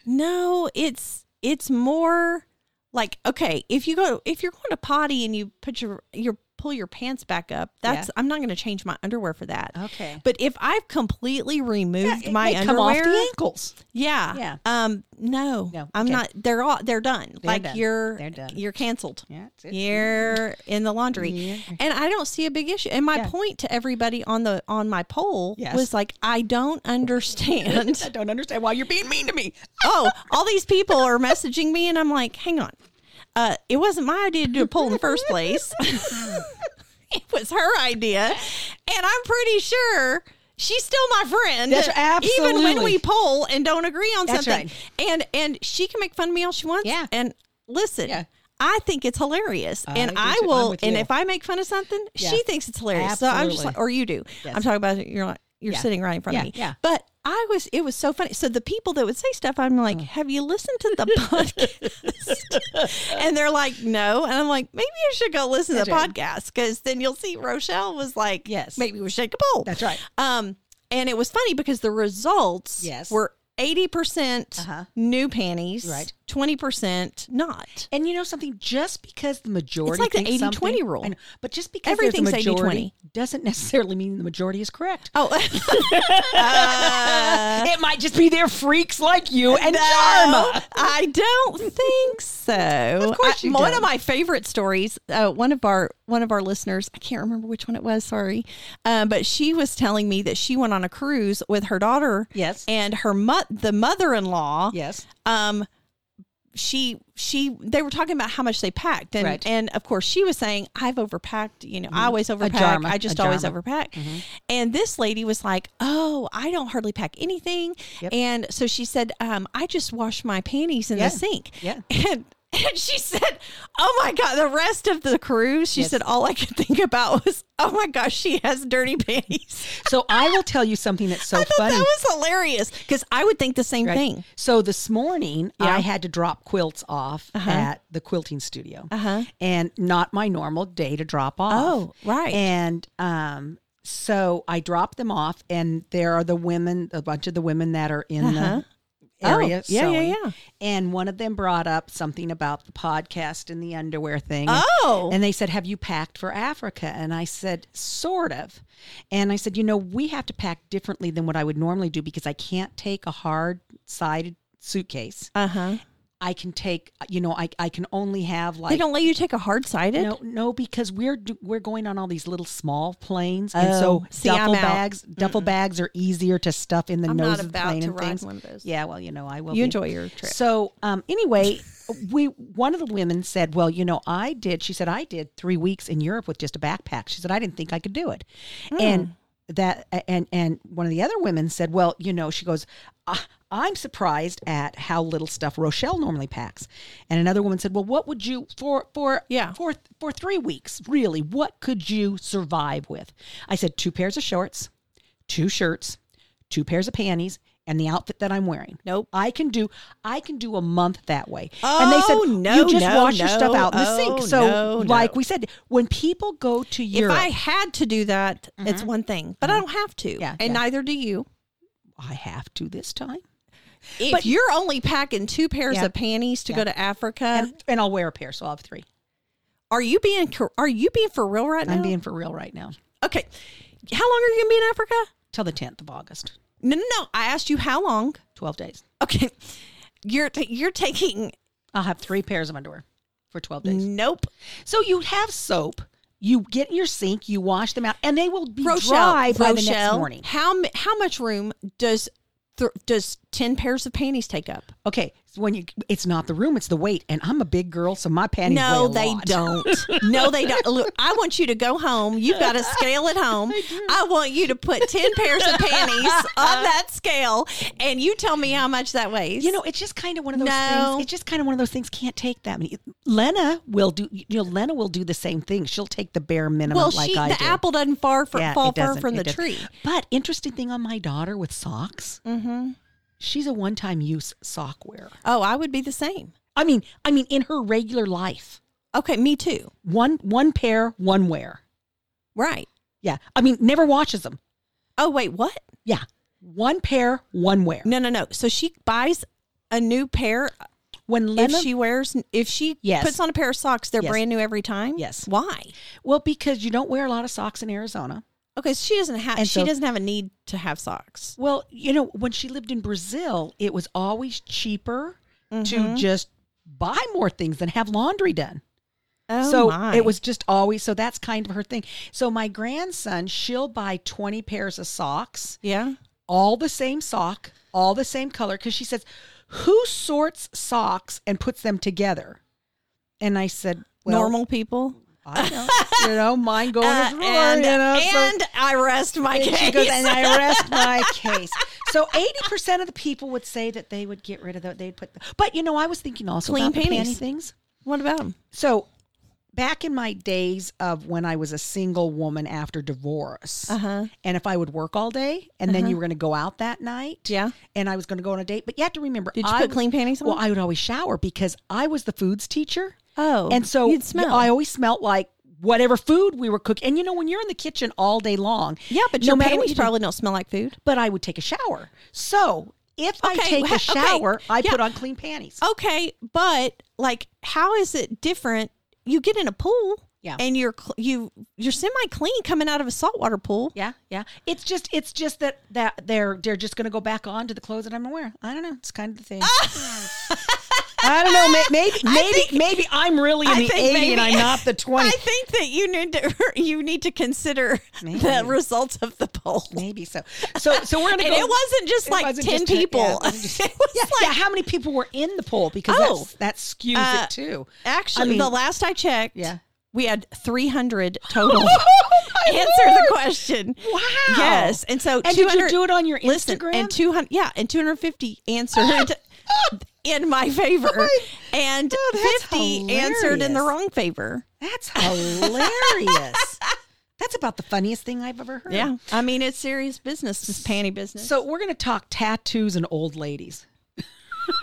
[SPEAKER 1] no, it's it's more like okay, if you go if you're going to potty and you put your your pull your pants back up, that's I'm not going to change my underwear for that.
[SPEAKER 2] Okay.
[SPEAKER 1] but if I've completely removed my
[SPEAKER 2] They come off
[SPEAKER 1] underwear,
[SPEAKER 2] the ankles.
[SPEAKER 1] yeah,
[SPEAKER 2] Yeah.
[SPEAKER 1] um, no,
[SPEAKER 2] No,
[SPEAKER 1] I'm
[SPEAKER 2] okay.
[SPEAKER 1] not. They're all they're done. like
[SPEAKER 2] done.
[SPEAKER 1] you're
[SPEAKER 2] They're done.
[SPEAKER 1] you're canceled.
[SPEAKER 2] Yeah, that's it.
[SPEAKER 1] You're in the laundry,
[SPEAKER 2] Yeah.
[SPEAKER 1] and I don't see a big issue. And my
[SPEAKER 2] Yeah.
[SPEAKER 1] point to everybody on the on my poll
[SPEAKER 2] Yes.
[SPEAKER 1] was like, I don't understand
[SPEAKER 2] I don't understand why you're being mean to me.
[SPEAKER 1] oh, all these people are messaging me, and I'm like, hang on. Uh, it wasn't my idea to do a poll in the first place. it was her idea, and I'm pretty sure she's still my friend.
[SPEAKER 2] That's
[SPEAKER 1] even when
[SPEAKER 2] absolutely.
[SPEAKER 1] we poll and don't agree on
[SPEAKER 2] That's
[SPEAKER 1] something.
[SPEAKER 2] right.
[SPEAKER 1] And and she can make fun of me all she wants.
[SPEAKER 2] Yeah.
[SPEAKER 1] And listen.
[SPEAKER 2] Yeah.
[SPEAKER 1] I think it's hilarious,
[SPEAKER 2] I
[SPEAKER 1] and
[SPEAKER 2] do
[SPEAKER 1] I
[SPEAKER 2] too. I'm
[SPEAKER 1] will.
[SPEAKER 2] with
[SPEAKER 1] And
[SPEAKER 2] you.
[SPEAKER 1] if I make fun of something, she
[SPEAKER 2] Yeah.
[SPEAKER 1] thinks it's hilarious. So I'm just
[SPEAKER 2] Absolutely.
[SPEAKER 1] like, or you do.
[SPEAKER 2] Yes.
[SPEAKER 1] I'm talking about it, you're not. You're
[SPEAKER 2] Yeah.
[SPEAKER 1] sitting right in front of
[SPEAKER 2] Yeah,
[SPEAKER 1] me.
[SPEAKER 2] yeah.
[SPEAKER 1] But I was, it was so funny. So the people that would say stuff, I'm like,
[SPEAKER 2] Mm.
[SPEAKER 1] have you listened to the podcast? and they're like, no. And I'm like, maybe you should go listen to the
[SPEAKER 2] That's right.
[SPEAKER 1] podcast because then you'll see Rochelle was like,
[SPEAKER 2] Yes.
[SPEAKER 1] maybe we should take a poll.
[SPEAKER 2] That's right.
[SPEAKER 1] Um, and it was funny because the results
[SPEAKER 2] Yes.
[SPEAKER 1] were 80%
[SPEAKER 2] Uh-huh.
[SPEAKER 1] new panties,
[SPEAKER 2] Right.
[SPEAKER 1] 20% not.
[SPEAKER 2] And you know something? Just because the majority
[SPEAKER 1] like the
[SPEAKER 2] thinks something-
[SPEAKER 1] 80-20 rule.
[SPEAKER 2] I know, but just because everything's
[SPEAKER 1] Everything's
[SPEAKER 2] there's a majority
[SPEAKER 1] 80-20.
[SPEAKER 2] doesn't necessarily mean the majority is correct.
[SPEAKER 1] Oh, Uh,
[SPEAKER 2] it might just be they're freaks like you and
[SPEAKER 1] No,
[SPEAKER 2] Dharma.
[SPEAKER 1] I don't think so. Of
[SPEAKER 2] course
[SPEAKER 1] I,
[SPEAKER 2] you
[SPEAKER 1] One
[SPEAKER 2] don't.
[SPEAKER 1] of my favorite stories. Uh, one of our one of our listeners. I can't remember which one it was. Sorry, uh, but she was telling me that she went on a cruise with her daughter.
[SPEAKER 2] Yes.
[SPEAKER 1] and her mo- the mother in law.
[SPEAKER 2] Yes.
[SPEAKER 1] Um, she she they were talking about how much they packed and
[SPEAKER 2] Right.
[SPEAKER 1] and of course she was saying I've overpacked you know I always overpack
[SPEAKER 2] Jarma,
[SPEAKER 1] I just
[SPEAKER 2] a Mm-hmm.
[SPEAKER 1] always
[SPEAKER 2] Jarma.
[SPEAKER 1] overpack and this lady was like oh I don't hardly pack anything
[SPEAKER 2] Yep.
[SPEAKER 1] and so she said um, I just wash my panties in
[SPEAKER 2] Yeah.
[SPEAKER 1] the sink
[SPEAKER 2] Yeah.
[SPEAKER 1] and and she said oh my god the rest of the cruise she
[SPEAKER 2] Yes.
[SPEAKER 1] said all I could think about was oh my gosh she has dirty panties
[SPEAKER 2] So I will tell you something that's so
[SPEAKER 1] I thought
[SPEAKER 2] funny.
[SPEAKER 1] that was hilarious because I would think the same
[SPEAKER 2] right?
[SPEAKER 1] thing
[SPEAKER 2] So this morning
[SPEAKER 1] Yeah.
[SPEAKER 2] I had to drop quilts off at the quilting studio.
[SPEAKER 1] Uh-huh.
[SPEAKER 2] And not my normal day to drop off.
[SPEAKER 1] Oh, right.
[SPEAKER 2] And um so I dropped them off and there are the women a bunch of the women that are in the area
[SPEAKER 1] Uh-huh. Oh, yeah, yeah,
[SPEAKER 2] sewing.
[SPEAKER 1] yeah.
[SPEAKER 2] And one of them brought up something about the podcast and the underwear thing.
[SPEAKER 1] Oh.
[SPEAKER 2] And they said, Have you packed for Africa? And I said, Sort of. And I said, You know, we have to pack differently than what I would normally do because I can't take a hard sided suitcase.
[SPEAKER 1] uh huh
[SPEAKER 2] I can take, you know, I, I can only have like.
[SPEAKER 1] they don't let you take a hard sided
[SPEAKER 2] No, no, because we're do, we're going on all these little small planes, and so
[SPEAKER 1] Oh, see, I'm
[SPEAKER 2] duffel
[SPEAKER 1] out.
[SPEAKER 2] bags duffel bags are easier to stuff in the
[SPEAKER 1] I'm
[SPEAKER 2] nose
[SPEAKER 1] not
[SPEAKER 2] of the
[SPEAKER 1] about
[SPEAKER 2] plane
[SPEAKER 1] to
[SPEAKER 2] and
[SPEAKER 1] ride
[SPEAKER 2] things.
[SPEAKER 1] one of those.
[SPEAKER 2] Yeah, well, you know, I will.
[SPEAKER 1] You
[SPEAKER 2] be.
[SPEAKER 1] enjoy your trip.
[SPEAKER 2] So, um, anyway, we one of the women said, "Well, you know, I did." She said, "I did three weeks in Europe with just a backpack." She said, "I didn't think I could do it,"
[SPEAKER 1] Hmm.
[SPEAKER 2] and that and and one of the other women said, "Well, you know," she goes. "I- I'm surprised at how little stuff Rochelle normally packs. And another woman said, "Well, what would you for for
[SPEAKER 1] Yeah.
[SPEAKER 2] for for 3 weeks, really, what could you survive with?" I said, two pairs of shorts, two shirts, two pairs of panties, and the outfit that I'm wearing.
[SPEAKER 1] Nope.
[SPEAKER 2] I can do I can do a month that way. and they said
[SPEAKER 1] Oh, no,
[SPEAKER 2] you just
[SPEAKER 1] no,
[SPEAKER 2] wash your stuff
[SPEAKER 1] no.
[SPEAKER 2] out in the
[SPEAKER 1] Oh,
[SPEAKER 2] sink. So
[SPEAKER 1] no, no.
[SPEAKER 2] like we said, when people go to
[SPEAKER 1] if
[SPEAKER 2] Europe,
[SPEAKER 1] I had to do that, it's one thing, but I don't have to.
[SPEAKER 2] Mm-hmm. Yeah,
[SPEAKER 1] and
[SPEAKER 2] yeah.
[SPEAKER 1] neither do you.
[SPEAKER 2] I have to this time.
[SPEAKER 1] If you're only packing two pairs
[SPEAKER 2] Yeah.
[SPEAKER 1] of panties to go to Africa,
[SPEAKER 2] And, and I'll wear a pair, so I'll have three.
[SPEAKER 1] are you being cor- are you being for real right now?
[SPEAKER 2] I'm being for real right now.
[SPEAKER 1] okay. How long are you gonna be in Africa?
[SPEAKER 2] Till the 10th of August.
[SPEAKER 1] No, no, no. I asked you how long.
[SPEAKER 2] 12 days.
[SPEAKER 1] Okay, you're ta you're taking
[SPEAKER 2] I'll have three pairs of underwear for 12 days.
[SPEAKER 1] nope.
[SPEAKER 2] So you have soap, you get in your sink, you wash them out, and they will be
[SPEAKER 1] Rochelle,
[SPEAKER 2] dry by the next
[SPEAKER 1] Rochelle,
[SPEAKER 2] morning.
[SPEAKER 1] How m- how much room does th- does ten pairs of panties take up?
[SPEAKER 2] Okay, so when you it's not the room, it's the weight, and I'm a big girl, so my panties
[SPEAKER 1] No,
[SPEAKER 2] weigh a
[SPEAKER 1] they
[SPEAKER 2] lot.
[SPEAKER 1] don't. No, they don't. Look, I want you to go home. You've got a scale at home. I want you to put 10 pairs of panties on that scale and you tell me how much that weighs.
[SPEAKER 2] You know, it's just kind of one of those
[SPEAKER 1] No.
[SPEAKER 2] things. It's just kind of one of those things. Can't take that many. Lena will do. You know, Lena will do the same thing. She'll take the bare minimum,
[SPEAKER 1] well,
[SPEAKER 2] like
[SPEAKER 1] she,
[SPEAKER 2] I
[SPEAKER 1] the
[SPEAKER 2] do.
[SPEAKER 1] apple doesn't far fr-
[SPEAKER 2] Yeah,
[SPEAKER 1] fall
[SPEAKER 2] it
[SPEAKER 1] far
[SPEAKER 2] doesn't-
[SPEAKER 1] from
[SPEAKER 2] it
[SPEAKER 1] the
[SPEAKER 2] doesn't.
[SPEAKER 1] tree.
[SPEAKER 2] But interesting thing on my daughter with socks. Mm-hmm. She's a one-time use sock wearer.
[SPEAKER 1] Oh, I would be the same.
[SPEAKER 2] I mean, I mean, in her regular life,
[SPEAKER 1] Okay, me too.
[SPEAKER 2] one one pair, one wear.
[SPEAKER 1] Right.
[SPEAKER 2] Yeah, I mean, never washes them.
[SPEAKER 1] Oh, wait, what?
[SPEAKER 2] Yeah, one pair, one wear.
[SPEAKER 1] No, no, no. So she buys a new pair if
[SPEAKER 2] When Lena,
[SPEAKER 1] she wears if she
[SPEAKER 2] Yes.
[SPEAKER 1] puts on a pair of socks, they're
[SPEAKER 2] Yes.
[SPEAKER 1] brand new every time.
[SPEAKER 2] Yes.
[SPEAKER 1] Why?
[SPEAKER 2] well, because you don't wear a lot of socks in Arizona.
[SPEAKER 1] Okay, so she doesn't have
[SPEAKER 2] And
[SPEAKER 1] she
[SPEAKER 2] so-
[SPEAKER 1] doesn't have a need to have socks.
[SPEAKER 2] Well, you know, when she lived in Brazil, it was always cheaper
[SPEAKER 1] Mm-hmm.
[SPEAKER 2] to just buy more things than have laundry done.
[SPEAKER 1] Oh
[SPEAKER 2] so
[SPEAKER 1] my.
[SPEAKER 2] it was just always so that's kind of her thing. So my grandson, she'll buy 20 pairs of socks,
[SPEAKER 1] yeah.
[SPEAKER 2] all the same sock, all the same color cuz she says, "Who sorts socks and puts them together?" And I said, well,
[SPEAKER 1] Normal people.
[SPEAKER 2] I don't, you know, mine go in a
[SPEAKER 1] Uh,
[SPEAKER 2] drawer,
[SPEAKER 1] and
[SPEAKER 2] you know, so-
[SPEAKER 1] and I rest my
[SPEAKER 2] and
[SPEAKER 1] case.
[SPEAKER 2] she goes, and I rest my case. So eighty percent of the people would say that they would get rid of that. They'd put, the, but you know, I was thinking also
[SPEAKER 1] Clean
[SPEAKER 2] about the
[SPEAKER 1] panties.
[SPEAKER 2] panty things.
[SPEAKER 1] what about them?
[SPEAKER 2] So back in my days of when I was a single woman after divorce,
[SPEAKER 1] Uh-huh.
[SPEAKER 2] and if I would work all day, and then you were going to go out that night,
[SPEAKER 1] Yeah.
[SPEAKER 2] and I was going to go on a date, but you have to remember,
[SPEAKER 1] Did you
[SPEAKER 2] I
[SPEAKER 1] put
[SPEAKER 2] was-
[SPEAKER 1] clean panties on?
[SPEAKER 2] Well, I would always shower because I was the foods teacher.
[SPEAKER 1] Oh,
[SPEAKER 2] and so
[SPEAKER 1] you'd smell.
[SPEAKER 2] I always smelt like whatever food we were cooking. And you know, when you're in the kitchen all day long,
[SPEAKER 1] yeah, but
[SPEAKER 2] no
[SPEAKER 1] your
[SPEAKER 2] matter what
[SPEAKER 1] panties
[SPEAKER 2] you do-
[SPEAKER 1] probably don't smell like food.
[SPEAKER 2] but I would take a shower. So if I
[SPEAKER 1] Okay,
[SPEAKER 2] take
[SPEAKER 1] okay.
[SPEAKER 2] a shower, I
[SPEAKER 1] Yeah. Oh.
[SPEAKER 2] put on clean panties.
[SPEAKER 1] Okay, but like, how is it different? You get in a pool,
[SPEAKER 2] Yeah.
[SPEAKER 1] and you're cl- you you're semi clean coming out of a saltwater pool.
[SPEAKER 2] Yeah, yeah. It's just it's just that that they're they're just going to go back on to the clothes that I'm gonna wear. I don't know. It's kind of the thing.
[SPEAKER 1] Ah.
[SPEAKER 2] I don't know. may- Maybe maybe maybe I'm really in
[SPEAKER 1] I
[SPEAKER 2] the
[SPEAKER 1] think
[SPEAKER 2] 80
[SPEAKER 1] maybe-
[SPEAKER 2] and I'm not the 20.
[SPEAKER 1] I think that you need to you need to consider the
[SPEAKER 2] Maybe.
[SPEAKER 1] results of the poll.
[SPEAKER 2] maybe so. So so we're going to
[SPEAKER 1] And
[SPEAKER 2] go
[SPEAKER 1] it wasn't just
[SPEAKER 2] It
[SPEAKER 1] like
[SPEAKER 2] wasn't
[SPEAKER 1] 10
[SPEAKER 2] just yeah, it
[SPEAKER 1] people.
[SPEAKER 2] wasn't just-
[SPEAKER 1] It was
[SPEAKER 2] yeah,
[SPEAKER 1] like-
[SPEAKER 2] yeah, how many people were in the poll because
[SPEAKER 1] Oh.
[SPEAKER 2] that's, that skews
[SPEAKER 1] Uh,
[SPEAKER 2] it too.
[SPEAKER 1] Actually,
[SPEAKER 2] I mean-
[SPEAKER 1] the last I checked,
[SPEAKER 2] Yeah.
[SPEAKER 1] we had 300
[SPEAKER 2] oh,
[SPEAKER 1] total
[SPEAKER 2] my
[SPEAKER 1] answer the
[SPEAKER 2] word.
[SPEAKER 1] question.
[SPEAKER 2] Wow.
[SPEAKER 1] Yes. And so
[SPEAKER 2] And did you
[SPEAKER 1] 200
[SPEAKER 2] do it on your
[SPEAKER 1] listen,
[SPEAKER 2] Instagram?
[SPEAKER 1] And 200 yeah, and 250 answered in my favor and
[SPEAKER 2] Oh, that's
[SPEAKER 1] 50 answered in the
[SPEAKER 2] hilarious.
[SPEAKER 1] wrong favor.
[SPEAKER 2] That's hilarious. That's about the funniest thing I've ever heard.
[SPEAKER 1] Yeah. I mean, it's serious business, this panty business.
[SPEAKER 2] So we're going to talk tattoos and old ladies.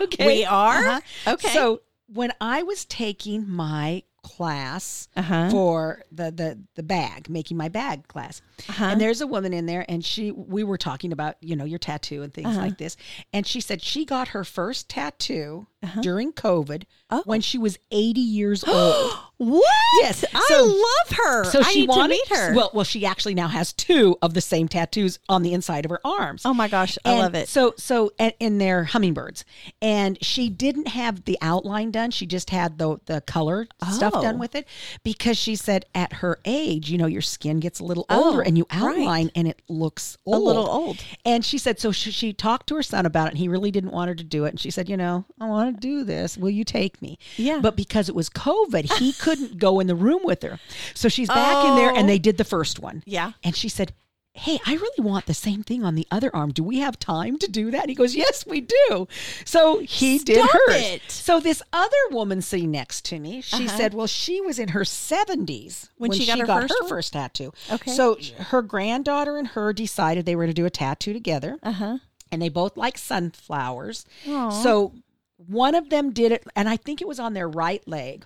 [SPEAKER 2] okay. Uh-huh.
[SPEAKER 1] we are okay.
[SPEAKER 2] So when I was taking my class
[SPEAKER 1] Uh-huh.
[SPEAKER 2] for the, the the bag, making my bag class,
[SPEAKER 1] Uh-huh.
[SPEAKER 2] and there's a woman in there, and she we were talking about you know your tattoo and things like this, and she said she got her first tattoo during COVID when she was 80 years old.
[SPEAKER 1] what?
[SPEAKER 2] Yes,
[SPEAKER 1] I
[SPEAKER 2] so-
[SPEAKER 1] love her.
[SPEAKER 2] So
[SPEAKER 1] I
[SPEAKER 2] she
[SPEAKER 1] need
[SPEAKER 2] wanted
[SPEAKER 1] to meet her.
[SPEAKER 2] Well, well, she actually now has two of the same tattoos on the inside of her arms.
[SPEAKER 1] oh my gosh, I
[SPEAKER 2] And
[SPEAKER 1] love it.
[SPEAKER 2] So, so and, and they're hummingbirds, and she didn't have the outline done. She just had the the color stuff
[SPEAKER 1] Oh.
[SPEAKER 2] done with it because she said at her age, you know, your skin gets a little older,
[SPEAKER 1] Oh,
[SPEAKER 2] and you
[SPEAKER 1] right.
[SPEAKER 2] outline, and it looks old,
[SPEAKER 1] little old.
[SPEAKER 2] And she said, so she, she talked to her son about it, and he really didn't want her to do it. And she said, you know, I want to do this. Will you take me?
[SPEAKER 1] Yeah.
[SPEAKER 2] But because it was COVID, he couldn't go in the room with her, so she's back in there,
[SPEAKER 1] Oh.
[SPEAKER 2] and they did the first one.
[SPEAKER 1] Yeah.
[SPEAKER 2] And she said, Hey, I really want the same thing on the other arm. Do we have time to do that? And he goes, Yes, we do. So he did
[SPEAKER 1] Stop
[SPEAKER 2] hers.
[SPEAKER 1] it. Uh-huh.
[SPEAKER 2] So this other woman sitting next to me, she said, Well, she was in her 70s
[SPEAKER 1] When she got her first one?
[SPEAKER 2] first tattoo.
[SPEAKER 1] Okay.
[SPEAKER 2] So her granddaughter and her decided they were going to do a tattoo together. Uh huh. And they both like sunflowers. So one of them did it, and I think it was on their right leg.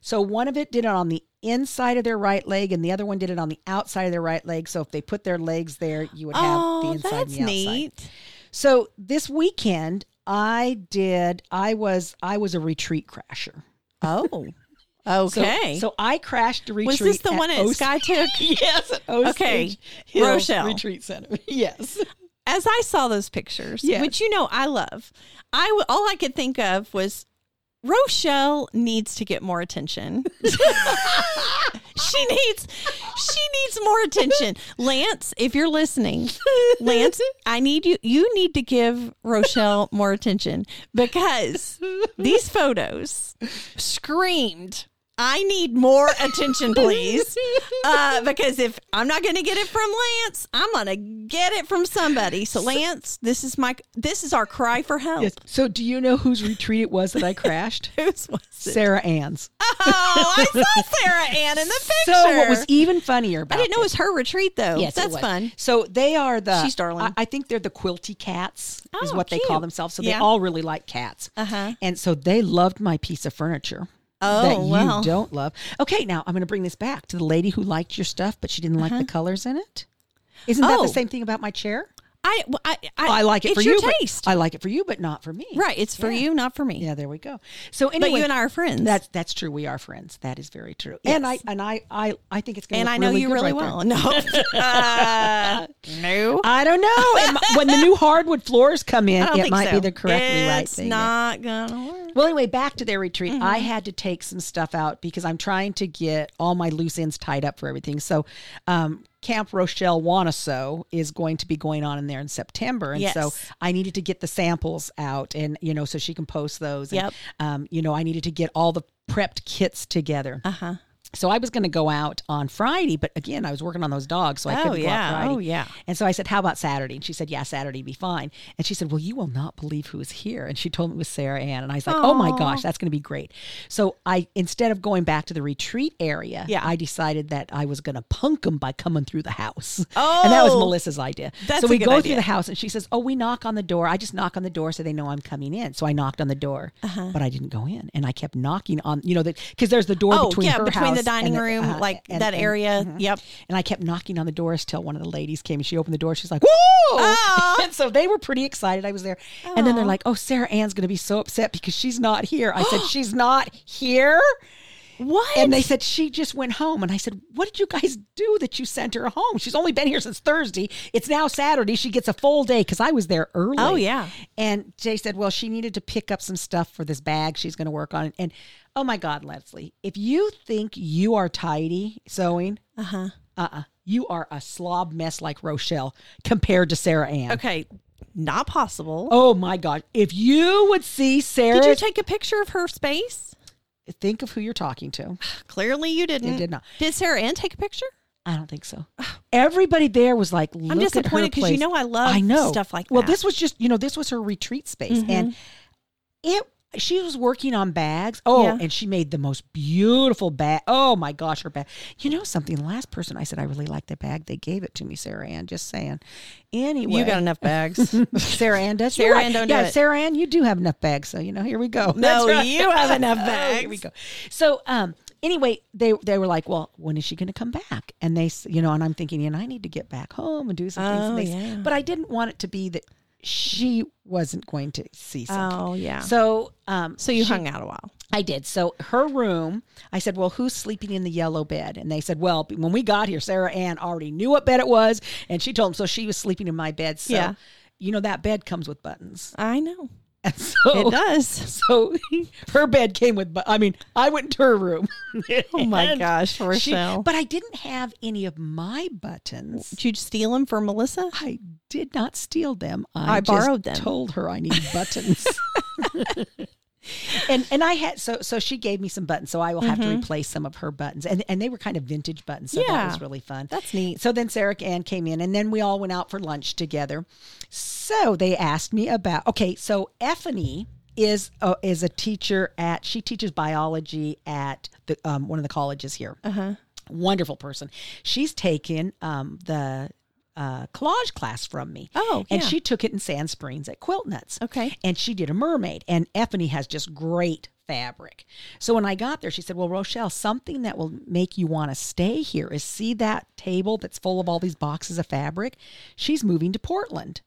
[SPEAKER 2] So one of it did it on the inside of their right leg, and the other one did it on the outside of their right leg. So if they put their legs there, you would have the
[SPEAKER 1] oh,
[SPEAKER 2] inside
[SPEAKER 1] that's
[SPEAKER 2] and the outside.
[SPEAKER 1] neat.
[SPEAKER 2] So this weekend, I did. I was I was a retreat crasher.
[SPEAKER 1] Oh,
[SPEAKER 2] So,
[SPEAKER 1] okay.
[SPEAKER 2] So I crashed a retreat.
[SPEAKER 1] was this the one at
[SPEAKER 2] Os-
[SPEAKER 1] Sky Took?
[SPEAKER 2] Yes. at Osage
[SPEAKER 1] Okay.
[SPEAKER 2] Hills
[SPEAKER 1] Rochelle.
[SPEAKER 2] Retreat Center. Yes.
[SPEAKER 1] As I saw those pictures,
[SPEAKER 2] Yes.
[SPEAKER 1] which you know I love, I w- all I could think of was Rochelle needs to get more attention. she needs she needs more attention. Lance, if you're listening, Lance, I need you you need to give Rochelle more attention because these photos screamed I need more attention, please. Uh, because if I'm not going to get it from Lance, I'm going to get it from somebody. So, Lance, this is my this is our cry for help.
[SPEAKER 2] Yes. So, do you know whose retreat it was that I crashed?
[SPEAKER 1] Whose was it?
[SPEAKER 2] Sarah Ann's.
[SPEAKER 1] Oh, I saw Sarah Ann in the picture.
[SPEAKER 2] So, what was even funnier about
[SPEAKER 1] I didn't know it
[SPEAKER 2] this-
[SPEAKER 1] was her retreat though.
[SPEAKER 2] Yes, it
[SPEAKER 1] that's
[SPEAKER 2] was.
[SPEAKER 1] fun.
[SPEAKER 2] So they are the
[SPEAKER 1] She's darling.
[SPEAKER 2] I, I think they're the quilty cats is
[SPEAKER 1] Oh,
[SPEAKER 2] what they call
[SPEAKER 1] cute.
[SPEAKER 2] themselves. So they
[SPEAKER 1] Yeah.
[SPEAKER 2] all really like cats.
[SPEAKER 1] Uh-huh.
[SPEAKER 2] And so they loved my piece of furniture.
[SPEAKER 1] Oh,
[SPEAKER 2] that you
[SPEAKER 1] well.
[SPEAKER 2] don't love. Okay, now I'm going to bring this back to the lady who liked your stuff, but she didn't like the colors in it. Isn't that
[SPEAKER 1] Uh-huh. Oh.
[SPEAKER 2] the same thing about my chair?
[SPEAKER 1] I well, I I,
[SPEAKER 2] Oh, I like it
[SPEAKER 1] it's
[SPEAKER 2] for
[SPEAKER 1] your
[SPEAKER 2] you. but-
[SPEAKER 1] taste.
[SPEAKER 2] I like it for you, but not for me.
[SPEAKER 1] right, it's for you, not for me.
[SPEAKER 2] Yeah, there we go. So
[SPEAKER 1] But
[SPEAKER 2] anyway,
[SPEAKER 1] you and I are friends.
[SPEAKER 2] that's that's true. We are friends. That is very true. And I
[SPEAKER 1] Yes.
[SPEAKER 2] and I I I think it's going
[SPEAKER 1] and I know you really well. No, Uh, no,
[SPEAKER 2] I don't know. It mi- when the new hardwood floors come in,
[SPEAKER 1] I don't
[SPEAKER 2] it
[SPEAKER 1] think
[SPEAKER 2] might
[SPEAKER 1] so.
[SPEAKER 2] be the correctly
[SPEAKER 1] it's
[SPEAKER 2] right thing.
[SPEAKER 1] not gonna work.
[SPEAKER 2] Well, anyway, back to their retreat. I had to take some stuff out because I'm trying to get all my loose ends tied up for everything. So, um, Camp Rochelle Wanaso is going to be going on in there in September, and so
[SPEAKER 1] Yes.
[SPEAKER 2] I needed to get the samples out, and you know, so she can post those. And,
[SPEAKER 1] Yep.
[SPEAKER 2] Um, you know, I needed to get all the prepped kits together. Uh
[SPEAKER 1] Uh-huh.
[SPEAKER 2] huh. So I was going to go out on Friday, but again, I was working on those dogs, so I
[SPEAKER 1] Oh,
[SPEAKER 2] couldn't
[SPEAKER 1] yeah.
[SPEAKER 2] go out Friday.
[SPEAKER 1] Oh, yeah.
[SPEAKER 2] And so I said, "How about Saturday?" And she said, "Yeah, Saturday be fine." And she said, "Well, you will not believe who is here." And she told me it was Sarah Ann, and I was like, "Oh my gosh, that's going to be great." So I, instead of going back to the retreat area,
[SPEAKER 1] Yeah.
[SPEAKER 2] I decided that I was going to punk them by coming through the house. and that was
[SPEAKER 1] Oh.
[SPEAKER 2] Melissa's idea.
[SPEAKER 1] That's
[SPEAKER 2] so
[SPEAKER 1] a
[SPEAKER 2] we
[SPEAKER 1] good
[SPEAKER 2] go
[SPEAKER 1] idea.
[SPEAKER 2] through the house, and she says, "Oh, we knock on the door. I just knock on the door so they know I'm coming in." So I knocked on the door,
[SPEAKER 1] Uh-huh.
[SPEAKER 2] but I didn't go in, and I kept knocking on, you know, because there's the door
[SPEAKER 1] Oh
[SPEAKER 2] between
[SPEAKER 1] yeah,
[SPEAKER 2] her
[SPEAKER 1] between the
[SPEAKER 2] house and
[SPEAKER 1] dining room,
[SPEAKER 2] uh,
[SPEAKER 1] like
[SPEAKER 2] and-
[SPEAKER 1] that
[SPEAKER 2] and- mm-hmm.
[SPEAKER 1] area. Yep.
[SPEAKER 2] and I kept knocking on the doors till one of the ladies came and she opened the door. She's like, Whoa!
[SPEAKER 1] Aw.
[SPEAKER 2] and so they were pretty excited I was there. And then they're like, Oh, Sarah Ann's going to be so upset because she's not here. I said, She's not here?
[SPEAKER 1] What?
[SPEAKER 2] And they said, She just went home. And I said, What did you guys do that you sent her home? She's only been here since Thursday. It's now Saturday. She gets a full day because I was there early.
[SPEAKER 1] Oh, yeah.
[SPEAKER 2] And Jay said, Well, she needed to pick up some stuff for this bag she's going to work on. And oh my God, Leslie, if you think you are tidy sewing,
[SPEAKER 1] uh-huh.
[SPEAKER 2] uh-uh. You are a slob mess like Rochelle compared to Sarah Ann.
[SPEAKER 1] Okay, not possible.
[SPEAKER 2] Oh my God. If you would see Sarah,
[SPEAKER 1] Did you take a picture of her space?
[SPEAKER 2] think of who you're talking to.
[SPEAKER 1] Clearly, you didn't.
[SPEAKER 2] did not.
[SPEAKER 1] Did Sarah Ann take a picture?
[SPEAKER 2] I don't think so. Everybody there was like, Look at her
[SPEAKER 1] disappointed 'cause you
[SPEAKER 2] place."
[SPEAKER 1] know I love
[SPEAKER 2] I know.
[SPEAKER 1] stuff like
[SPEAKER 2] Well,
[SPEAKER 1] that. Mm-hmm.
[SPEAKER 2] this was just, you know, this was her retreat space. And it, she was working on bags. Oh,
[SPEAKER 1] Yeah.
[SPEAKER 2] and she made the most beautiful bag. Oh my gosh, her bag. You know something? The last person I said, I really like the bag. They gave it to me, Sarah Ann. Just saying. Anyway.
[SPEAKER 1] You got enough bags.
[SPEAKER 2] Sarah Ann does. You're
[SPEAKER 1] Sarah
[SPEAKER 2] right.
[SPEAKER 1] Ann don't do
[SPEAKER 2] yeah,
[SPEAKER 1] it.
[SPEAKER 2] Sarah Ann, you do have enough bags. So you know, here we go.
[SPEAKER 1] No,
[SPEAKER 2] That's right.
[SPEAKER 1] you have enough
[SPEAKER 2] Oh,
[SPEAKER 1] bags.
[SPEAKER 2] here we go. So um, anyway, they they were like, well, when is she going to come back? And they, s- you know, and I'm thinking, and I need to get back home and do some things.
[SPEAKER 1] Oh,
[SPEAKER 2] And they s-
[SPEAKER 1] yeah.
[SPEAKER 2] But I didn't want it to be that she wasn't going to see something.
[SPEAKER 1] oh yeah. So,
[SPEAKER 2] So um,
[SPEAKER 1] you hung out a while.
[SPEAKER 2] I did. So her room, I said, Well, who's sleeping in the yellow bed? And they said, Well, when we got here, Sarah Ann already knew what bed it was. And she told them, so she was sleeping in my bed. So,
[SPEAKER 1] Yeah.
[SPEAKER 2] you know, that bed comes with buttons.
[SPEAKER 1] I know
[SPEAKER 2] And so,
[SPEAKER 1] it does.
[SPEAKER 2] so her bed came with, bu- I mean, I went to her room.
[SPEAKER 1] Oh my
[SPEAKER 2] And
[SPEAKER 1] gosh,
[SPEAKER 2] she-
[SPEAKER 1] Rochelle.
[SPEAKER 2] but I didn't have any of my buttons.
[SPEAKER 1] Did you steal them for Melissa?
[SPEAKER 2] I did not steal them. I,
[SPEAKER 1] I
[SPEAKER 2] just
[SPEAKER 1] borrowed them.
[SPEAKER 2] Told her I needed buttons. and and I had so so she gave me some buttons, so I will have to replace some of her buttons, and and they were kind of vintage buttons, so that
[SPEAKER 1] Mm-hmm. Yeah.
[SPEAKER 2] was really fun.
[SPEAKER 1] That's neat.
[SPEAKER 2] So then Sarah Ann came in, and then we all went out for lunch together. So they asked me about okay, so Effany is uh, is a teacher at she teaches biology at the um, one of the colleges here. Uh-huh. Wonderful person. She's taken um, the uh, collage class from me.
[SPEAKER 1] Oh,
[SPEAKER 2] and
[SPEAKER 1] yeah.
[SPEAKER 2] she took it in Sand Springs at Quilt Nuts.
[SPEAKER 1] Okay.
[SPEAKER 2] and she did a mermaid. And Effany has just great fabric. So when I got there, she said, "Well, Rochelle, something that will make you want to stay here is see that table that's full of all these boxes of fabric. She's moving to Portland."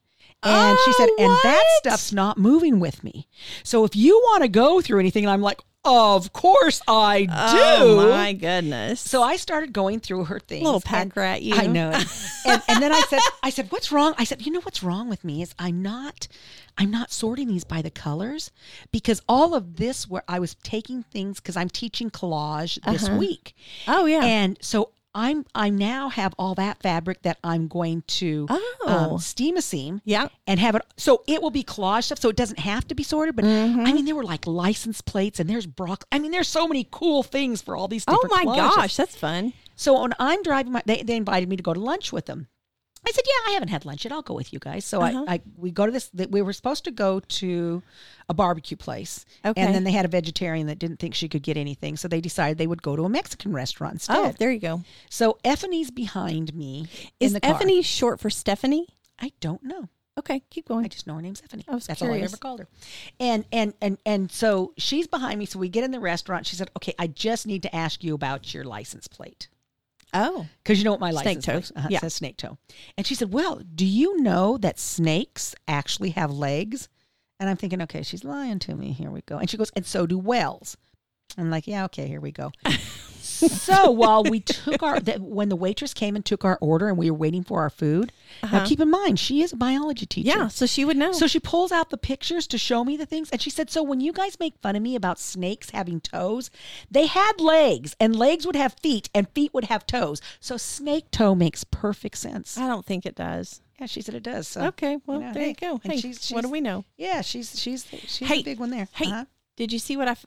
[SPEAKER 2] And she said,
[SPEAKER 1] Oh,
[SPEAKER 2] and that
[SPEAKER 1] what?
[SPEAKER 2] stuff's not moving with me. So if you want to go through anything, and I'm like, of course I do.
[SPEAKER 1] Oh my goodness.
[SPEAKER 2] So I started going through her things.
[SPEAKER 1] Little pack
[SPEAKER 2] and-
[SPEAKER 1] rat, you.
[SPEAKER 2] I know. and, and then I said, I said, what's wrong? I said, you know what's wrong with me is I'm not, I'm not sorting these by the colors because all of this where I was taking things because I'm teaching collage this week.
[SPEAKER 1] oh Uh-huh. yeah.
[SPEAKER 2] And so I'm I now have all that fabric that I'm going to um,
[SPEAKER 1] Oh.
[SPEAKER 2] steam a seam.
[SPEAKER 1] Yeah.
[SPEAKER 2] And have it so it will be collage stuff. So it doesn't have to be sorted. But
[SPEAKER 1] Mm-hmm.
[SPEAKER 2] I mean, there were like license plates and there's broccoli. I mean, there's so many cool things for all these.
[SPEAKER 1] Oh
[SPEAKER 2] Different
[SPEAKER 1] my
[SPEAKER 2] collages.
[SPEAKER 1] gosh, that's fun.
[SPEAKER 2] So when I'm driving, my they, they invited me to go to lunch with them. I said, "Yeah, I haven't had lunch yet. I'll go with you guys." So
[SPEAKER 1] Uh-huh.
[SPEAKER 2] I, I we go to this. that We were supposed to go to a barbecue place,
[SPEAKER 1] Okay.
[SPEAKER 2] and then they had a vegetarian that didn't think she could get anything, so they decided they would go to a Mexican restaurant
[SPEAKER 1] Oh,
[SPEAKER 2] instead.
[SPEAKER 1] there you go.
[SPEAKER 2] so Effie's behind me
[SPEAKER 1] Is E
[SPEAKER 2] in the car.
[SPEAKER 1] Effany short for Stephanie?
[SPEAKER 2] I don't know.
[SPEAKER 1] Okay, keep
[SPEAKER 2] I
[SPEAKER 1] going.
[SPEAKER 2] just know her name's Stephanie.
[SPEAKER 1] I was
[SPEAKER 2] That's all I
[SPEAKER 1] curious.
[SPEAKER 2] ever called her. And and and and so she's behind me. So we get in the restaurant. She said, "Okay, I just need to ask you about your license plate."
[SPEAKER 1] Oh,
[SPEAKER 2] because you know what my
[SPEAKER 1] Snake
[SPEAKER 2] license
[SPEAKER 1] toe.
[SPEAKER 2] plate- uh-huh, it
[SPEAKER 1] Yeah.
[SPEAKER 2] says snake toe. And she said, "Well, do you know that snakes actually have legs?" And I'm thinking, "Okay, she's lying to me. Here we go." And she goes, "And so do whales." I'm like, "Yeah, okay, here we go." so while we took our that when the waitress came and took our order and we were waiting for our food, now keep in mind she is a biology teacher.
[SPEAKER 1] yeah. So she would know.
[SPEAKER 2] So she pulls out the pictures to show me the things. And she said, So when you guys make fun of me about snakes having toes, they had legs, and legs would have feet, and feet would have toes. So snake toe makes perfect sense.
[SPEAKER 1] I don't think it does.
[SPEAKER 2] Yeah, she said it does. So,
[SPEAKER 1] Okay, well,
[SPEAKER 2] Oh, know,
[SPEAKER 1] there
[SPEAKER 2] hey.
[SPEAKER 1] you go.
[SPEAKER 2] And
[SPEAKER 1] Hey,
[SPEAKER 2] she's-
[SPEAKER 1] what do
[SPEAKER 2] she's-
[SPEAKER 1] we know?
[SPEAKER 2] Yeah, she's she's she's
[SPEAKER 1] Hey,
[SPEAKER 2] a big one there.
[SPEAKER 1] Hey,
[SPEAKER 2] Uh-huh.
[SPEAKER 1] did you see what I f-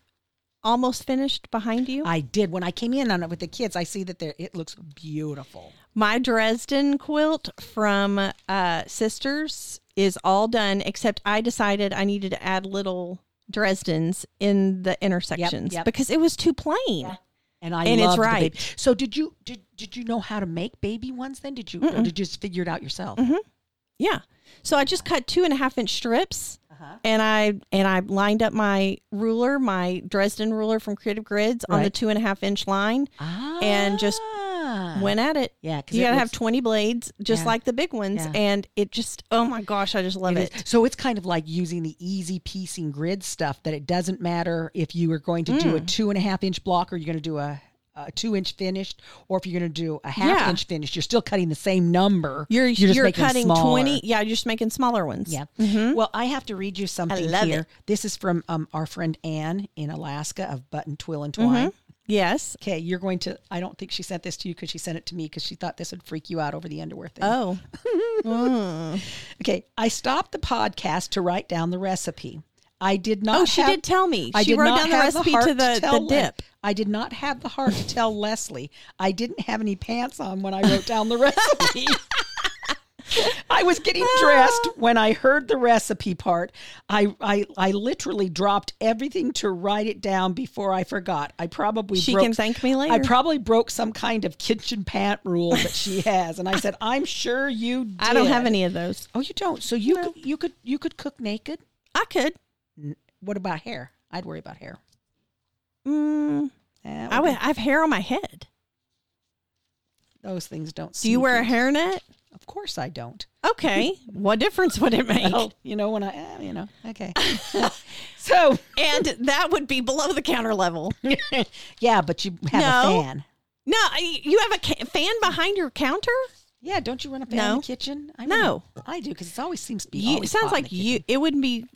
[SPEAKER 1] almost finished behind you?
[SPEAKER 2] I did when I came in on it with the kids. I see that there it looks beautiful.
[SPEAKER 1] My Dresden quilt from uh, Sisters is all done, except I decided I needed to add little Dresdens in the intersections
[SPEAKER 2] yep.
[SPEAKER 1] because it was too plain.
[SPEAKER 2] And I
[SPEAKER 1] And it's
[SPEAKER 2] loved the
[SPEAKER 1] right.
[SPEAKER 2] baby. So did you did did you know how to make baby ones? Then did you or did you just figure it out yourself?
[SPEAKER 1] Yeah. So I just cut two and a half inch strips,
[SPEAKER 2] Uh-huh.
[SPEAKER 1] and I and I lined up my ruler, my Dresden ruler from Creative Grids, on the
[SPEAKER 2] Right.
[SPEAKER 1] two and a half inch line.
[SPEAKER 2] Ah,
[SPEAKER 1] And just Went at it.
[SPEAKER 2] Uh, Yeah, 'cause
[SPEAKER 1] you
[SPEAKER 2] it
[SPEAKER 1] gotta have
[SPEAKER 2] looks-
[SPEAKER 1] twenty blades, just
[SPEAKER 2] Yeah.
[SPEAKER 1] like the big ones,
[SPEAKER 2] Yeah.
[SPEAKER 1] and it just oh my gosh, I just love
[SPEAKER 2] It
[SPEAKER 1] it.
[SPEAKER 2] is. So it's kind of like using the easy piecing grid stuff that it doesn't matter if you are going to do a
[SPEAKER 1] Hmm.
[SPEAKER 2] two and a half inch block or you're going to do a, a two inch finished or if you're going to do a half
[SPEAKER 1] Yeah.
[SPEAKER 2] inch finished, you're still cutting the same number.
[SPEAKER 1] You're
[SPEAKER 2] you're
[SPEAKER 1] you're,
[SPEAKER 2] just making
[SPEAKER 1] cutting
[SPEAKER 2] smaller.
[SPEAKER 1] twenty. Yeah, you're just making smaller ones.
[SPEAKER 2] Yeah. Well, I have to read you something
[SPEAKER 1] love
[SPEAKER 2] here.
[SPEAKER 1] it.
[SPEAKER 2] This is from um, our friend Anne in Alaska of Button Twill
[SPEAKER 1] Mm-hmm.
[SPEAKER 2] and Twine.
[SPEAKER 1] Yes.
[SPEAKER 2] Okay, you're going to. I don't think she sent this to you because she sent it to me because she thought this would freak you out over the underwear thing.
[SPEAKER 1] Oh.
[SPEAKER 2] Okay, I stopped the podcast to write down the recipe. I did not.
[SPEAKER 1] Oh, she
[SPEAKER 2] have-
[SPEAKER 1] did tell me.
[SPEAKER 2] I
[SPEAKER 1] She
[SPEAKER 2] did
[SPEAKER 1] wrote
[SPEAKER 2] not
[SPEAKER 1] down the
[SPEAKER 2] have
[SPEAKER 1] recipe
[SPEAKER 2] heart
[SPEAKER 1] to the-
[SPEAKER 2] tell
[SPEAKER 1] the
[SPEAKER 2] Le-
[SPEAKER 1] dip.
[SPEAKER 2] I did not have the heart to tell Leslie. I didn't have any pants on when I wrote down the recipe. I was getting dressed when I heard the recipe part. I, I I literally dropped everything to write it down before I forgot. I probably
[SPEAKER 1] She
[SPEAKER 2] broke,
[SPEAKER 1] can thank me
[SPEAKER 2] I
[SPEAKER 1] later.
[SPEAKER 2] probably broke some kind of kitchen pant rule that she has, and I said, "I'm sure you." Did.
[SPEAKER 1] I don't have any of those.
[SPEAKER 2] Oh, you don't. So you could you could you could cook naked.
[SPEAKER 1] I could.
[SPEAKER 2] What about hair? I'd worry about hair. Eh,
[SPEAKER 1] Mm,
[SPEAKER 2] That
[SPEAKER 1] I
[SPEAKER 2] would
[SPEAKER 1] would. I have hair on my head.
[SPEAKER 2] be- Those things don't.
[SPEAKER 1] Do you wear a hairnet?
[SPEAKER 2] Of course I don't.
[SPEAKER 1] Okay. what difference would it make?
[SPEAKER 2] Oh, you know when I, eh, you know, okay. so
[SPEAKER 1] And that would be below the counter level.
[SPEAKER 2] yeah, but you have
[SPEAKER 1] No.
[SPEAKER 2] a fan.
[SPEAKER 1] No, I- you have a ca- fan behind your counter.
[SPEAKER 2] Yeah, don't you run a fan in
[SPEAKER 1] No.
[SPEAKER 2] the kitchen? I
[SPEAKER 1] No.
[SPEAKER 2] wouldn't. I do because it always seems to be.
[SPEAKER 1] You, it
[SPEAKER 2] always
[SPEAKER 1] sounds
[SPEAKER 2] hot in
[SPEAKER 1] like
[SPEAKER 2] the
[SPEAKER 1] you.
[SPEAKER 2] kitchen.
[SPEAKER 1] It wouldn't be.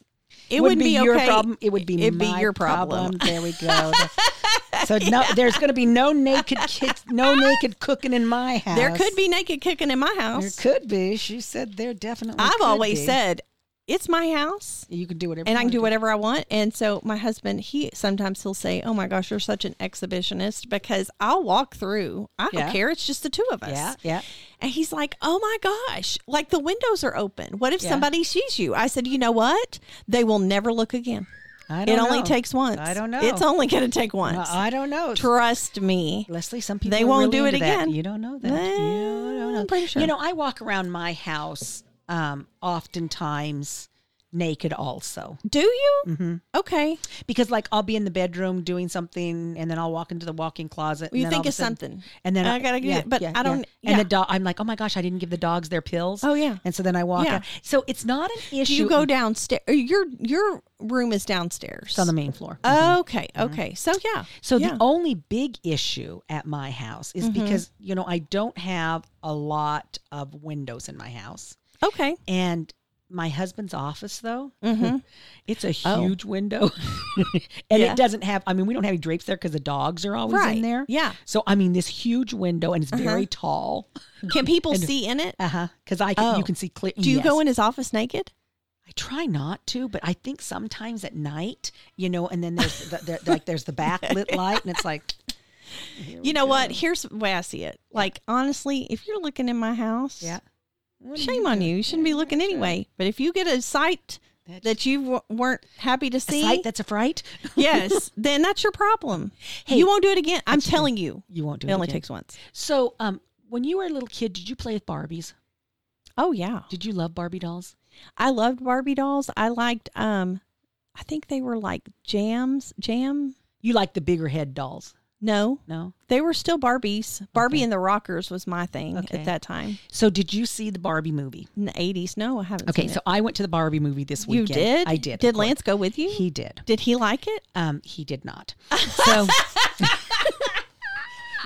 [SPEAKER 1] It wouldn't
[SPEAKER 2] Wouldn't be,
[SPEAKER 1] be,
[SPEAKER 2] your
[SPEAKER 1] okay.
[SPEAKER 2] problem. It would be
[SPEAKER 1] It'd
[SPEAKER 2] my
[SPEAKER 1] be your problem.
[SPEAKER 2] There we go. so no, there's going to be no naked kids, no naked cooking in my house.
[SPEAKER 1] There could be naked kicking in my
[SPEAKER 2] There
[SPEAKER 1] house.
[SPEAKER 2] could be. She said there definitely.
[SPEAKER 1] I've
[SPEAKER 2] could
[SPEAKER 1] always
[SPEAKER 2] be.
[SPEAKER 1] said it's my house.
[SPEAKER 2] you can do whatever,
[SPEAKER 1] and I can
[SPEAKER 2] you
[SPEAKER 1] do
[SPEAKER 2] want
[SPEAKER 1] whatever I want. And so my husband, he sometimes he'll say, "Oh my gosh, you're such an exhibitionist," because I'll walk through. I don't
[SPEAKER 2] Yeah.
[SPEAKER 1] care. It's just the two of us.
[SPEAKER 2] Yeah, yeah.
[SPEAKER 1] And he's like, "Oh my gosh, like the windows are open. What if
[SPEAKER 2] Yeah.
[SPEAKER 1] somebody sees you?" I said, "You know what? They will never look again.
[SPEAKER 2] to. I
[SPEAKER 1] It
[SPEAKER 2] don't
[SPEAKER 1] only
[SPEAKER 2] know.
[SPEAKER 1] takes once.
[SPEAKER 2] I don't know. Uh,
[SPEAKER 1] It's only going to take once.
[SPEAKER 2] I I don't know.
[SPEAKER 1] Trust me."
[SPEAKER 2] Leslie, some people
[SPEAKER 1] They
[SPEAKER 2] are
[SPEAKER 1] won't
[SPEAKER 2] really
[SPEAKER 1] do it
[SPEAKER 2] into that.
[SPEAKER 1] again.
[SPEAKER 2] You don't know that. you don't know.
[SPEAKER 1] I'm pretty sure.
[SPEAKER 2] You know, I walk around my house um, oftentimes naked also
[SPEAKER 1] Do you?
[SPEAKER 2] Mm-hmm.
[SPEAKER 1] Okay.
[SPEAKER 2] because like I'll be in the bedroom doing something and then I'll walk into the walk-in closet.
[SPEAKER 1] You
[SPEAKER 2] and then
[SPEAKER 1] think
[SPEAKER 2] all a
[SPEAKER 1] of
[SPEAKER 2] sudden-
[SPEAKER 1] something.
[SPEAKER 2] and then
[SPEAKER 1] I gotta get it, but I don't-
[SPEAKER 2] And
[SPEAKER 1] yeah.
[SPEAKER 2] the dog, I'm like, oh my gosh, I didn't give the dogs their pills.
[SPEAKER 1] Oh, yeah.
[SPEAKER 2] And so then I walk
[SPEAKER 1] Yeah.
[SPEAKER 2] out. So it's not an
[SPEAKER 1] Do
[SPEAKER 2] issue.
[SPEAKER 1] you go downstairs? Your your room is downstairs.
[SPEAKER 2] It's on the main floor.
[SPEAKER 1] Okay. Okay. So yeah.
[SPEAKER 2] Mm-hmm. So
[SPEAKER 1] Uh, yeah. Mm-hmm.
[SPEAKER 2] the only big issue at my house is because you know I don't have a lot of windows in my house,
[SPEAKER 1] okay.
[SPEAKER 2] and my husband's office though.
[SPEAKER 1] Mhm.
[SPEAKER 2] It's a
[SPEAKER 1] Oh.
[SPEAKER 2] huge window. and
[SPEAKER 1] Yeah.
[SPEAKER 2] it doesn't have I mean we don't have any drapes there cuz the dogs are always
[SPEAKER 1] Right.
[SPEAKER 2] in there.
[SPEAKER 1] Yeah. Uh-huh.
[SPEAKER 2] So I mean this huge window and it's very tall.
[SPEAKER 1] Can people see in it?
[SPEAKER 2] Uh-huh. Cuz I can,
[SPEAKER 1] Oh.
[SPEAKER 2] you can see clear.
[SPEAKER 1] Do you go
[SPEAKER 2] Yes.
[SPEAKER 1] in his office naked?
[SPEAKER 2] I try not to, but I think sometimes at night, you know, and then there's the, the, like there's the backlit light and it's like
[SPEAKER 1] You know what? Here's the way I see it. Like honestly, if you're looking in my house,
[SPEAKER 2] yeah.
[SPEAKER 1] shame on you. You shouldn't be looking anyway. But if you get a sight that you w- weren't happy to see,
[SPEAKER 2] Sight that's a fright.
[SPEAKER 1] yes, then that's your problem. you won't do it again. I'm telling you.
[SPEAKER 2] You won't do
[SPEAKER 1] It
[SPEAKER 2] it.
[SPEAKER 1] only
[SPEAKER 2] again.
[SPEAKER 1] takes once.
[SPEAKER 2] So, um when you were a little kid, did you play with Barbies?
[SPEAKER 1] Oh yeah.
[SPEAKER 2] Did you love Barbie dolls?
[SPEAKER 1] I loved Barbie dolls. I liked um I think they were like jams, jam?
[SPEAKER 2] You like the bigger head dolls?
[SPEAKER 1] No.
[SPEAKER 2] No.
[SPEAKER 1] They were still Barbies. Barbie and the Rockers was my thing
[SPEAKER 2] Okay.
[SPEAKER 1] at that time.
[SPEAKER 2] So did you see the Barbie movie?
[SPEAKER 1] In the 80s. No, I haven't
[SPEAKER 2] Okay,
[SPEAKER 1] seen
[SPEAKER 2] so I went to the Barbie movie this
[SPEAKER 1] it. You
[SPEAKER 2] weekend.
[SPEAKER 1] did?
[SPEAKER 2] I did. of
[SPEAKER 1] Did
[SPEAKER 2] course.
[SPEAKER 1] Lance go with you?
[SPEAKER 2] He did.
[SPEAKER 1] did he like it?
[SPEAKER 2] Um, he did not. So.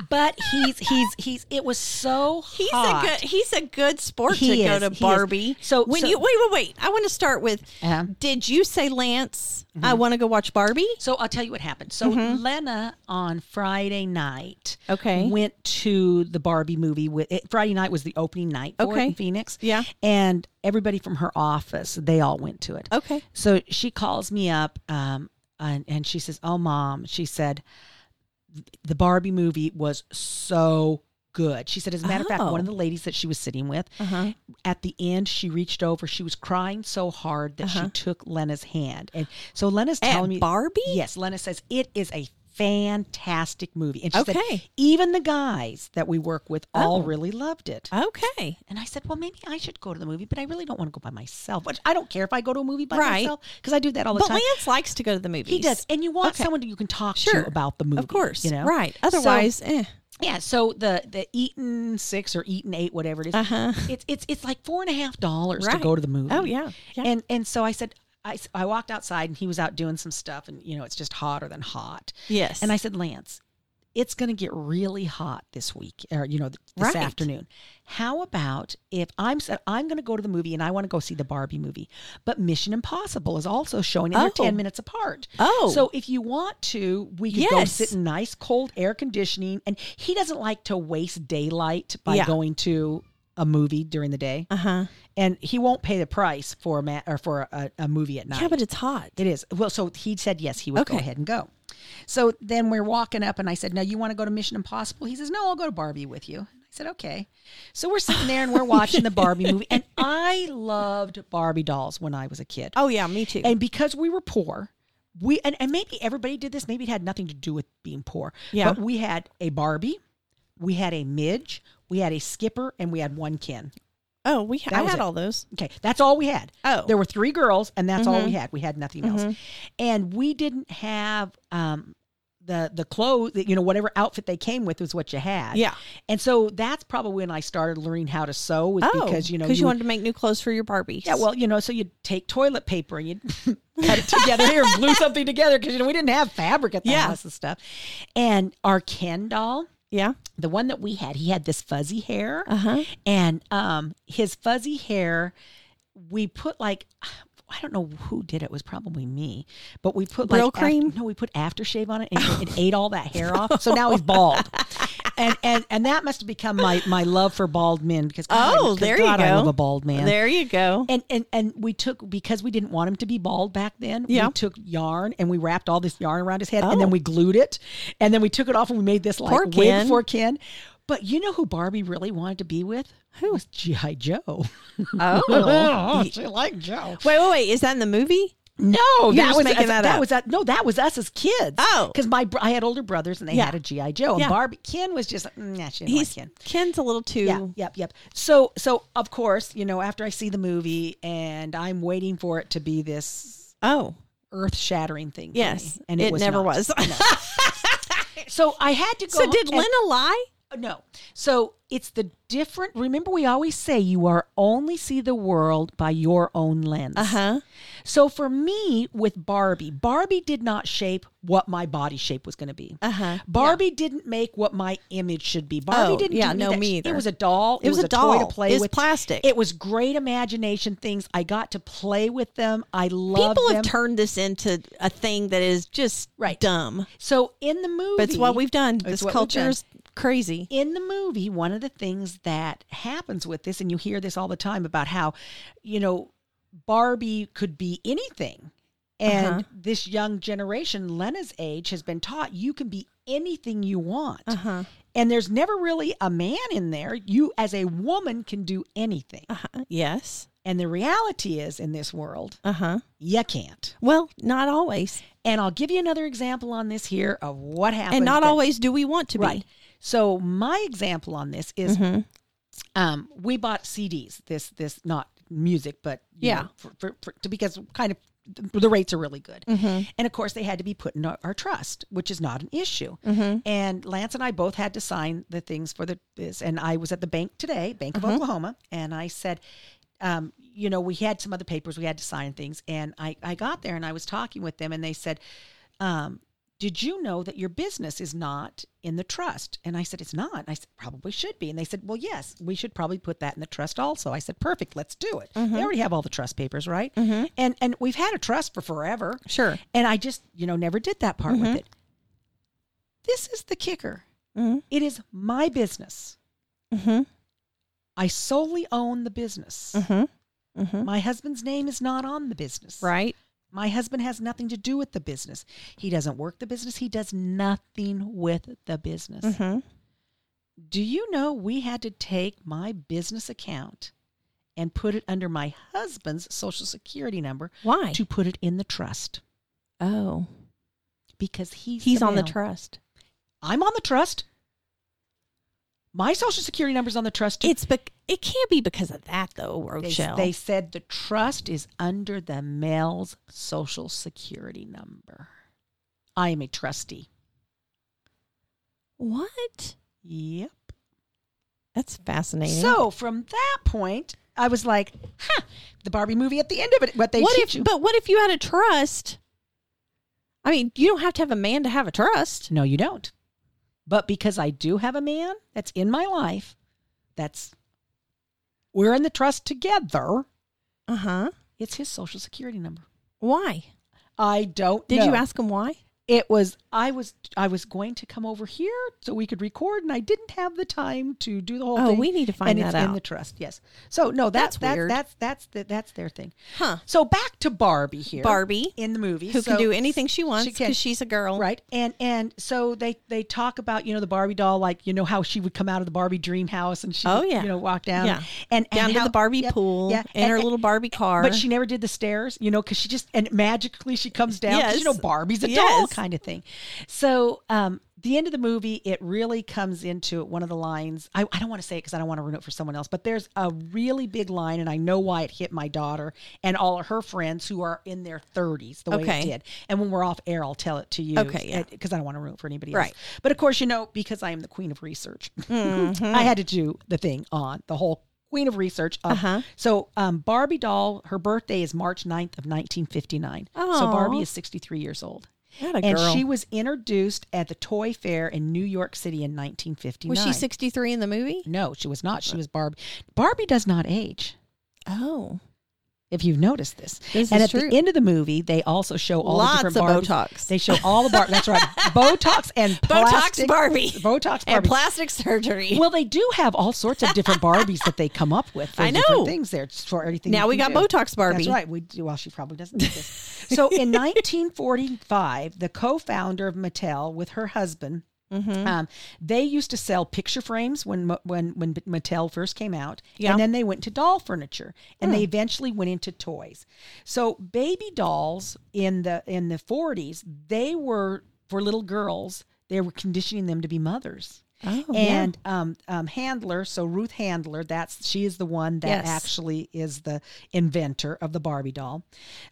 [SPEAKER 2] But he's he's he's it was so
[SPEAKER 1] He's
[SPEAKER 2] hot.
[SPEAKER 1] a good he's a good sport
[SPEAKER 2] He
[SPEAKER 1] to go
[SPEAKER 2] is,
[SPEAKER 1] to
[SPEAKER 2] he is.
[SPEAKER 1] Barbie.
[SPEAKER 2] So-
[SPEAKER 1] when
[SPEAKER 2] so-
[SPEAKER 1] you wait, wait, wait. I want to start with
[SPEAKER 2] Uh-huh.
[SPEAKER 1] did you say Lance,
[SPEAKER 2] Mm-hmm.
[SPEAKER 1] I want to go watch Barbie?
[SPEAKER 2] So I'll tell you what happened. So Lena on Friday night,
[SPEAKER 1] Mm-hmm. Okay.
[SPEAKER 2] went to the Barbie movie. With it, Friday night was the opening night for it
[SPEAKER 1] Okay.
[SPEAKER 2] in Phoenix.
[SPEAKER 1] Yeah.
[SPEAKER 2] and everybody from her office, they all went to it.
[SPEAKER 1] Okay.
[SPEAKER 2] So she calls me up, um, and, and she says, "Oh, mom," she said, "the Barbie movie was so." Good. She said, as a matter of fact,
[SPEAKER 1] Oh. Uh-huh.
[SPEAKER 2] one of the ladies that she was sitting with, at the end, she reached over. She was crying so hard that she took Lena's hand. And so Lena's telling me.
[SPEAKER 1] Uh-huh. Barbie?
[SPEAKER 2] Yes, Lena says it is a fantastic movie. And she
[SPEAKER 1] Okay. Oh.
[SPEAKER 2] said even the guys that we work with all really loved it.
[SPEAKER 1] Okay.
[SPEAKER 2] And I said, well, maybe I should go to the movie, but I really don't want to go by myself. Which I don't care if I go to a movie by
[SPEAKER 1] Right.
[SPEAKER 2] myself because I do that all the
[SPEAKER 1] But
[SPEAKER 2] time.
[SPEAKER 1] Lance likes to go to the movies.
[SPEAKER 2] he does, and you want
[SPEAKER 1] Okay.
[SPEAKER 2] someone that you can talk
[SPEAKER 1] Sure.
[SPEAKER 2] to about the movie,
[SPEAKER 1] Of course.
[SPEAKER 2] You know,
[SPEAKER 1] Right.
[SPEAKER 2] So-
[SPEAKER 1] Otherwise, eh.
[SPEAKER 2] yeah. So the the Eaton six or Eaton eight, whatever it is,
[SPEAKER 1] Uh-huh.
[SPEAKER 2] it's it's it's like four and a half dollars
[SPEAKER 1] Right.
[SPEAKER 2] to go to the movie.
[SPEAKER 1] Oh, yeah. Yeah.
[SPEAKER 2] And and so I said. I, s- I walked outside and he was out doing some stuff and you know it's just hotter than hot.
[SPEAKER 1] Yes.
[SPEAKER 2] And I said, Lance, it's going to get really hot this week, or you know, th- this
[SPEAKER 1] Right.
[SPEAKER 2] afternoon. How about if I'm s- I'm going to go to the movie and I want to go see the Barbie movie, but Mission Impossible is also showing, and they're
[SPEAKER 1] Oh.
[SPEAKER 2] ten minutes apart.
[SPEAKER 1] Oh.
[SPEAKER 2] so if you want to, we could go
[SPEAKER 1] Yes.
[SPEAKER 2] sit in nice cold air conditioning. And he doesn't like to waste daylight by
[SPEAKER 1] Yeah.
[SPEAKER 2] going to a movie during the day,
[SPEAKER 1] uh huh.
[SPEAKER 2] and he won't pay the price for a ma- or for a, a movie at night.
[SPEAKER 1] Yeah, but it's hot.
[SPEAKER 2] It is. Well, so he said yes, he would go
[SPEAKER 1] Okay.
[SPEAKER 2] ahead and go. So then we're walking up and I said, "No, you want to go to Mission Impossible?" He says, "No, I'll go to Barbie with you." And I said, "Okay." So we're sitting there and we're watching the Barbie movie and I loved Barbie dolls when I was a kid.
[SPEAKER 1] Oh yeah, me too.
[SPEAKER 2] And because we were poor, we and, and maybe everybody did this, maybe it had nothing to do with being poor.
[SPEAKER 1] Yeah.
[SPEAKER 2] But we had a Barbie, we had a Midge, we had a Skipper, and we had one Ken.
[SPEAKER 1] oh, we I
[SPEAKER 2] was
[SPEAKER 1] had
[SPEAKER 2] it.
[SPEAKER 1] all those.
[SPEAKER 2] Okay, that's all we had.
[SPEAKER 1] Oh.
[SPEAKER 2] there were three girls, and that's all we
[SPEAKER 1] Mm-hmm.
[SPEAKER 2] had. We had nothing else, and we didn't have um, the the clothes. You know, whatever outfit they came with was what you had.
[SPEAKER 1] Yeah.
[SPEAKER 2] and so that's probably when I started learning how to sew, was
[SPEAKER 1] Oh,
[SPEAKER 2] because you know
[SPEAKER 1] because you,
[SPEAKER 2] would-
[SPEAKER 1] wanted to make new clothes for your Barbies.
[SPEAKER 2] yeah, well, you know, so you'd take toilet paper and you'd cut it together here and glue something together because you know we didn't have fabric at the
[SPEAKER 1] Yeah.
[SPEAKER 2] house and stuff. And our Ken doll,
[SPEAKER 1] yeah.
[SPEAKER 2] the one that we had, he had this fuzzy hair,
[SPEAKER 1] Uh-huh.
[SPEAKER 2] and um, his fuzzy hair, we put like. I don't know who did it. It was probably me, but we put
[SPEAKER 1] Brill
[SPEAKER 2] like af-
[SPEAKER 1] cream?
[SPEAKER 2] no, we put aftershave on it and it ate all that hair off. So now he's bald, and and and that must have become my my love for bald men because God,
[SPEAKER 1] Oh,
[SPEAKER 2] because
[SPEAKER 1] there
[SPEAKER 2] God,
[SPEAKER 1] you go.
[SPEAKER 2] I love a bald man.
[SPEAKER 1] There you go.
[SPEAKER 2] And and and we took because we didn't want him to be bald back then.
[SPEAKER 1] Yeah.
[SPEAKER 2] We took yarn and we wrapped all this yarn around his head,
[SPEAKER 1] Oh.
[SPEAKER 2] and then we glued it, and then we took it off and we made this like
[SPEAKER 1] Poor Ken.
[SPEAKER 2] wig for Ken. But you know who Barbie really wanted to be with? Who was GI Joe?
[SPEAKER 1] Oh.
[SPEAKER 2] she liked Joe.
[SPEAKER 1] wait, wait, wait. Is that in the movie?
[SPEAKER 2] No,
[SPEAKER 1] You're
[SPEAKER 2] that
[SPEAKER 1] just
[SPEAKER 2] was
[SPEAKER 1] making that
[SPEAKER 2] that,
[SPEAKER 1] up.
[SPEAKER 2] was that. No, that was us as kids.
[SPEAKER 1] Oh.
[SPEAKER 2] because my br- I had older brothers and they
[SPEAKER 1] Yeah.
[SPEAKER 2] had a GI Joe, and
[SPEAKER 1] Yeah.
[SPEAKER 2] Barbie Ken was just mm, nah, she didn't
[SPEAKER 1] He's
[SPEAKER 2] like Ken.
[SPEAKER 1] Ken's a little too.
[SPEAKER 2] Yeah, yep, yep. So, so of course, you know, after I see the movie and I'm waiting for it to be this
[SPEAKER 1] Oh,
[SPEAKER 2] earth-shattering thing. for
[SPEAKER 1] yes.
[SPEAKER 2] me, and it, was
[SPEAKER 1] never
[SPEAKER 2] not.
[SPEAKER 1] was.
[SPEAKER 2] So I had to go.
[SPEAKER 1] so did
[SPEAKER 2] and-
[SPEAKER 1] Lena lie?
[SPEAKER 2] No. So It's the different. Remember, we always say you are only see the world by your own lens.
[SPEAKER 1] Uh huh.
[SPEAKER 2] So for me with Barbie, Barbie did not shape what my body shape was going to be.
[SPEAKER 1] Uh-huh.
[SPEAKER 2] Barbie didn't make what my image should be. Barbie
[SPEAKER 1] Oh,
[SPEAKER 2] didn't
[SPEAKER 1] yeah,
[SPEAKER 2] do
[SPEAKER 1] no,
[SPEAKER 2] that.
[SPEAKER 1] me
[SPEAKER 2] sh-
[SPEAKER 1] either.
[SPEAKER 2] It was a doll. It, was, a, toy
[SPEAKER 1] doll.
[SPEAKER 2] to play
[SPEAKER 1] It's
[SPEAKER 2] with.
[SPEAKER 1] plastic.
[SPEAKER 2] It was great imagination things. I got to play with them. I love
[SPEAKER 1] People
[SPEAKER 2] them.
[SPEAKER 1] have turned this into a thing that is just
[SPEAKER 2] Right.
[SPEAKER 1] dumb.
[SPEAKER 2] so in the movie,
[SPEAKER 1] But it's what we've done.
[SPEAKER 2] It's
[SPEAKER 1] This
[SPEAKER 2] what we've
[SPEAKER 1] culture
[SPEAKER 2] done.
[SPEAKER 1] is crazy.
[SPEAKER 2] in the movie, one of the things that happens with this, and you hear this all the time about how, you know, Barbie could be anything. And
[SPEAKER 1] Uh-huh.
[SPEAKER 2] this young generation, Lena's age, has been taught you can be anything you want.
[SPEAKER 1] Uh-huh.
[SPEAKER 2] And there's never really a man in there. You, as a woman, can do anything.
[SPEAKER 1] Uh-huh. Yes.
[SPEAKER 2] And the reality is, in this world,
[SPEAKER 1] Uh huh.
[SPEAKER 2] you can't.
[SPEAKER 1] Well, not always.
[SPEAKER 2] And I'll give you another example on this here of what happens.
[SPEAKER 1] And not
[SPEAKER 2] that-
[SPEAKER 1] always do we want to
[SPEAKER 2] Right.
[SPEAKER 1] be.
[SPEAKER 2] So my example on this is um, we bought CDs. This this not music, but you
[SPEAKER 1] Yeah.
[SPEAKER 2] know, for, for, for, to, because kind of the the rates are really good, and of course they had to be put in our, our trust, which is not an issue. And Lance and I both had to sign the things for the this, and I was at the bank today, Bank of Oklahoma, and I said. Um, you know, we had some other papers we had to sign things, and I, I got there and I was talking with them, and they said, um, did you know that your business is not in the trust? And I said, it's not. And I said, probably should be. And they said, well, yes, we should probably put that in the trust also. I said, perfect, let's do it. They already have all the trust papers, right? And and we've had a trust for forever.
[SPEAKER 1] Sure.
[SPEAKER 2] And I just, you know, never did that part with it. This is the kicker. It is my business. I solely own the business. My husband's name is not on the business.
[SPEAKER 1] Right.
[SPEAKER 2] My husband has nothing to do with the business. He doesn't work the business. He does nothing with the business. Do you know we had to take my business account and put it under my husband's social security number
[SPEAKER 1] Why?
[SPEAKER 2] to put it in the trust
[SPEAKER 1] Oh,
[SPEAKER 2] because he's
[SPEAKER 1] he's on the
[SPEAKER 2] man.
[SPEAKER 1] trust.
[SPEAKER 2] I'm on the trust. My social security number's on the trust. too.
[SPEAKER 1] It's bec it can't be because of that though,
[SPEAKER 2] they,
[SPEAKER 1] Rochelle.
[SPEAKER 2] they said the trust is under the male's social security number. I am a trustee.
[SPEAKER 1] what?
[SPEAKER 2] Yep.
[SPEAKER 1] That's fascinating.
[SPEAKER 2] So from that point, I was like, huh, the Barbie movie at the end of it, what they
[SPEAKER 1] what
[SPEAKER 2] teach
[SPEAKER 1] if?
[SPEAKER 2] you.
[SPEAKER 1] But what if you had a trust? I mean, you don't have to have a man to have a trust.
[SPEAKER 2] no, you don't. But because I do have a man that's in my life, that's, we're in the trust together.
[SPEAKER 1] Uh
[SPEAKER 2] Uh-huh.
[SPEAKER 1] huh.
[SPEAKER 2] It's his social security number.
[SPEAKER 1] Why?
[SPEAKER 2] I don't
[SPEAKER 1] Did you
[SPEAKER 2] know.
[SPEAKER 1] ask him why?
[SPEAKER 2] It was I was I was going to come over here so we could record, and I didn't have the time to do the whole
[SPEAKER 1] Oh,
[SPEAKER 2] thing.
[SPEAKER 1] we need to find
[SPEAKER 2] and
[SPEAKER 1] that
[SPEAKER 2] it's In
[SPEAKER 1] out.
[SPEAKER 2] the trust, yes. So no,
[SPEAKER 1] That's
[SPEAKER 2] that's that's
[SPEAKER 1] weird.
[SPEAKER 2] that's that's the, that's their thing.
[SPEAKER 1] Huh.
[SPEAKER 2] So back to Barbie here.
[SPEAKER 1] Barbie,
[SPEAKER 2] in the movie,
[SPEAKER 1] Who
[SPEAKER 2] So-
[SPEAKER 1] can do anything she wants
[SPEAKER 2] she can.
[SPEAKER 1] because she's a girl.
[SPEAKER 2] Right. And and so they they talk about, you know, the Barbie doll, like, you know, how she would come out of the Barbie dream house and she
[SPEAKER 1] Oh,
[SPEAKER 2] would,
[SPEAKER 1] yeah.
[SPEAKER 2] you know, walk down
[SPEAKER 1] Yeah.
[SPEAKER 2] and, and
[SPEAKER 1] Down to
[SPEAKER 2] how-
[SPEAKER 1] the Barbie
[SPEAKER 2] yep,
[SPEAKER 1] pool
[SPEAKER 2] Yeah.
[SPEAKER 1] in her little Barbie car.
[SPEAKER 2] But she never did the stairs, you know, because she just and magically she comes down. 'cause, You know,
[SPEAKER 1] Yes.
[SPEAKER 2] Barbie's a doll
[SPEAKER 1] Yes.
[SPEAKER 2] kind of thing. So um the end of the movie, it really comes into it. One of the lines, I, I don't want to say it because I don't want to ruin it for someone else, but there's a really big line, and I know why it hit my daughter and all of her friends who are in their 30s the way
[SPEAKER 1] Okay.
[SPEAKER 2] it did. And when we're off air, I'll tell it to you.
[SPEAKER 1] Okay, yeah.
[SPEAKER 2] Because I don't want to ruin it for anybody
[SPEAKER 1] Right.
[SPEAKER 2] else. But of course, you know, because I am the queen of research,
[SPEAKER 1] Mm-hmm.
[SPEAKER 2] I had to do the thing on the whole queen of research. of-
[SPEAKER 1] Uh-huh.
[SPEAKER 2] So um, Barbie doll, her birthday is March 9th of 1959. So
[SPEAKER 1] Aw.
[SPEAKER 2] Barbie is 63 years old.
[SPEAKER 1] Atta
[SPEAKER 2] and
[SPEAKER 1] girl.
[SPEAKER 2] she was introduced at the toy fair in New York City in 1959.
[SPEAKER 1] was she sixty three in the movie?
[SPEAKER 2] No, she was not. She was Barbie. Barbie does not age.
[SPEAKER 1] Oh,
[SPEAKER 2] If you've noticed this,
[SPEAKER 1] This
[SPEAKER 2] and
[SPEAKER 1] is
[SPEAKER 2] at
[SPEAKER 1] true.
[SPEAKER 2] the end of the movie, they also show all
[SPEAKER 1] Lots
[SPEAKER 2] the different
[SPEAKER 1] of
[SPEAKER 2] Barbies.
[SPEAKER 1] Botox.
[SPEAKER 2] They show all the bar. that's right, Botox and plastic,
[SPEAKER 1] Botox Barbie.
[SPEAKER 2] Botox Barbie.
[SPEAKER 1] and plastic surgery.
[SPEAKER 2] Well, they do have all sorts of different Barbies that they come up with. For
[SPEAKER 1] I know.
[SPEAKER 2] different things there It's for everything.
[SPEAKER 1] Now
[SPEAKER 2] you
[SPEAKER 1] we
[SPEAKER 2] can
[SPEAKER 1] got
[SPEAKER 2] do.
[SPEAKER 1] Botox Barbie.
[SPEAKER 2] That's right. We do. Well, she probably doesn't. Do this. so in 1945, the co-founder of Mattel with her husband.
[SPEAKER 4] Mm-hmm.
[SPEAKER 1] Mm-hmm.
[SPEAKER 2] Um, they used to sell picture frames when Ma- when when Mattel first came out,
[SPEAKER 1] Yeah. Hmm.
[SPEAKER 2] and then they went to doll furniture, and they eventually went into toys. So baby dolls in the in the 40s, they were for little girls. They were conditioning them to be mothers
[SPEAKER 1] Oh, yeah.
[SPEAKER 2] and um, um, Handler, so Ruth Handler, that's she is the one that
[SPEAKER 1] Yes.
[SPEAKER 2] actually is the inventor of the Barbie doll.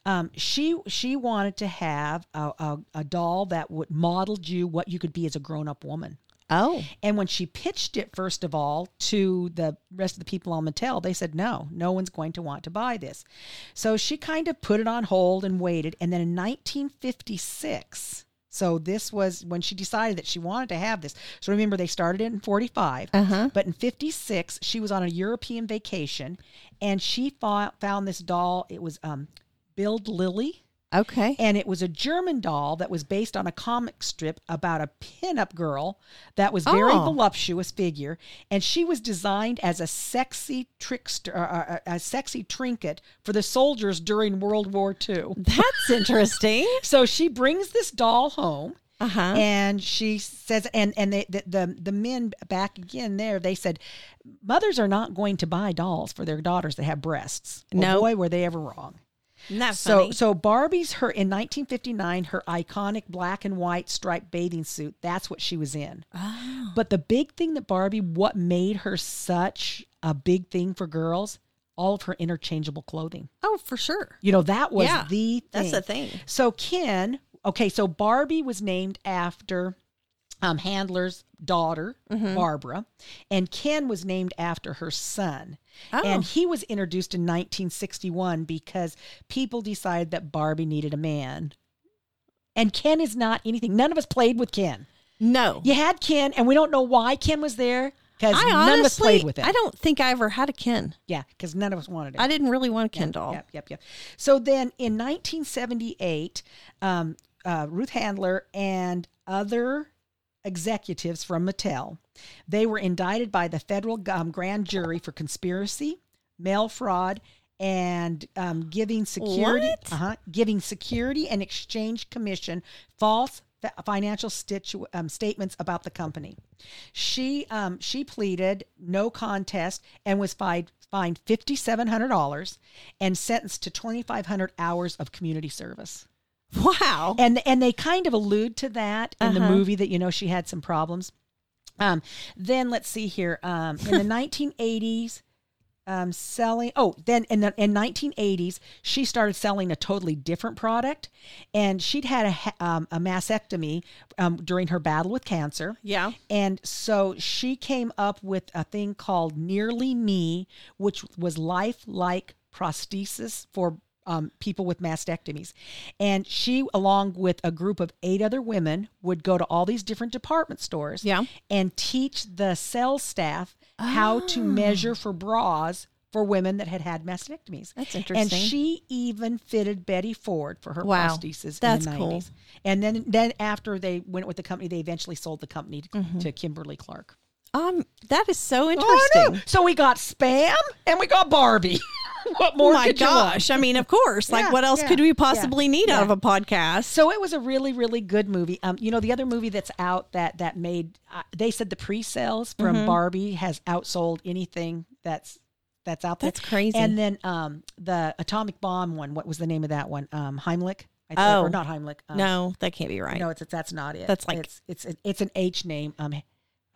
[SPEAKER 2] Um, she she wanted to have a, a, a doll that would model you what you could be as a grown up woman.
[SPEAKER 4] Oh.
[SPEAKER 2] And when she pitched it, first of all, to the rest of the people on Mattel, they said, no, no one's going to want to buy this. So she kind of put it on hold and waited. And then in 1956, so this was when she decided that she wanted to have this. So remember, they started it in 45,
[SPEAKER 1] Uh-huh.
[SPEAKER 4] Uh-huh.
[SPEAKER 2] but in 56, she was on a European vacation and she fo- found this doll. It was um, Build Lily.
[SPEAKER 4] Okay.
[SPEAKER 2] And it was a German doll that was based on a comic strip about a pinup girl that was very
[SPEAKER 4] Oh.
[SPEAKER 2] voluptuous figure, and she was designed as a sexy trickster, uh, a, a sexy trinket for the soldiers during World War II.
[SPEAKER 4] That's interesting.
[SPEAKER 2] So she brings this doll home.
[SPEAKER 4] Uh-huh.
[SPEAKER 2] And she says, and and they, the, the the men back again there, they said, mothers are not going to buy dolls for their daughters that have breasts. Well,
[SPEAKER 4] No.
[SPEAKER 2] boy, were they ever wrong.
[SPEAKER 1] Isn't that
[SPEAKER 2] So
[SPEAKER 1] funny?
[SPEAKER 2] so Barbie's her in 1959 her iconic black and white striped bathing suit that's what she was in. But the big thing that Barbie what made her such a big thing for girls all of her interchangeable clothing.
[SPEAKER 1] oh, for sure.
[SPEAKER 2] You know that was
[SPEAKER 1] Yeah,
[SPEAKER 2] the thing.
[SPEAKER 1] that's the thing.
[SPEAKER 2] So Ken okay so Barbie was named after um, Handler's daughter, Barbara, and Ken was named after her son. And he was introduced in 1961 because people decided that Barbie needed a man. And Ken is not anything. None of us played with Ken.
[SPEAKER 4] No.
[SPEAKER 2] You had Ken, and we don't know why Ken was there because
[SPEAKER 4] I
[SPEAKER 2] none of us
[SPEAKER 4] honestly,
[SPEAKER 2] played with him.
[SPEAKER 4] I don't think I ever had a Ken.
[SPEAKER 2] yeah, because none of us wanted it.
[SPEAKER 4] I didn't really want a Ken doll.
[SPEAKER 2] Yep, yep, yep. So then in 1978, um, uh, Ruth Handler and other executives from Mattel, they were indicted by the federal um, grand jury for conspiracy, mail fraud, and um, giving security,
[SPEAKER 4] What?
[SPEAKER 2] Uh-huh, giving Security and Exchange Commission false fa- financial stitu- um, statements about the company. She um, she pleaded no contest and was fined fined fifty seven hundred dollars and sentenced to twenty five hundred hours of community service.
[SPEAKER 4] Wow.
[SPEAKER 2] And and they kind of allude to that in the movie that you know she had some problems. Um, then let's see here. Um, in the 1980s, um, selling. Oh, then in the in 1980s, she started selling a totally different product, and she'd had a ha- um, a mastectomy um, during her battle with cancer.
[SPEAKER 1] Yeah.
[SPEAKER 2] And so she came up with a thing called Nearly Me, which was lifelike prosthesis for um, people with mastectomies. And she, along with a group of eight other women, would go to all these different department stores
[SPEAKER 4] Yeah.
[SPEAKER 2] and teach the sales staff how
[SPEAKER 4] Oh.
[SPEAKER 2] to measure for bras for women that had had mastectomies.
[SPEAKER 4] That's
[SPEAKER 2] And
[SPEAKER 4] interesting.
[SPEAKER 2] she even fitted Betty Ford for her
[SPEAKER 4] Wow.
[SPEAKER 2] prosthesis
[SPEAKER 4] That's
[SPEAKER 2] in the 90s.
[SPEAKER 4] cool.
[SPEAKER 2] And then then after they went with the company, they eventually sold the company to,
[SPEAKER 4] Mm-hmm.
[SPEAKER 2] to Kimberly Clark.
[SPEAKER 4] Um, that is so
[SPEAKER 2] Oh,
[SPEAKER 4] interesting.
[SPEAKER 2] I know. So we got Spam and we got Barbie. what
[SPEAKER 4] Oh
[SPEAKER 2] more
[SPEAKER 1] my
[SPEAKER 2] could you want?
[SPEAKER 1] gosh. I mean, of course. Like,
[SPEAKER 2] Yeah,
[SPEAKER 1] what else
[SPEAKER 2] yeah,
[SPEAKER 1] could we
[SPEAKER 2] yeah,
[SPEAKER 1] possibly need out of
[SPEAKER 2] yeah.
[SPEAKER 1] a podcast?
[SPEAKER 2] So it was a really, really good movie. Um, you know, the other movie that's out that that made uh, they said the pre-sales from
[SPEAKER 4] Mm-hmm.
[SPEAKER 2] Barbie has outsold anything that's that's out there.
[SPEAKER 4] That's crazy.
[SPEAKER 2] And then um, the atomic bomb one. What was the name of that one? Um, Heimlich. I think,
[SPEAKER 4] Oh.
[SPEAKER 2] or not Heimlich. Um,
[SPEAKER 4] No, that can't be right.
[SPEAKER 2] No, it's, it's that's not it.
[SPEAKER 4] That's like-
[SPEAKER 2] it's it's an- it's an H name. Um,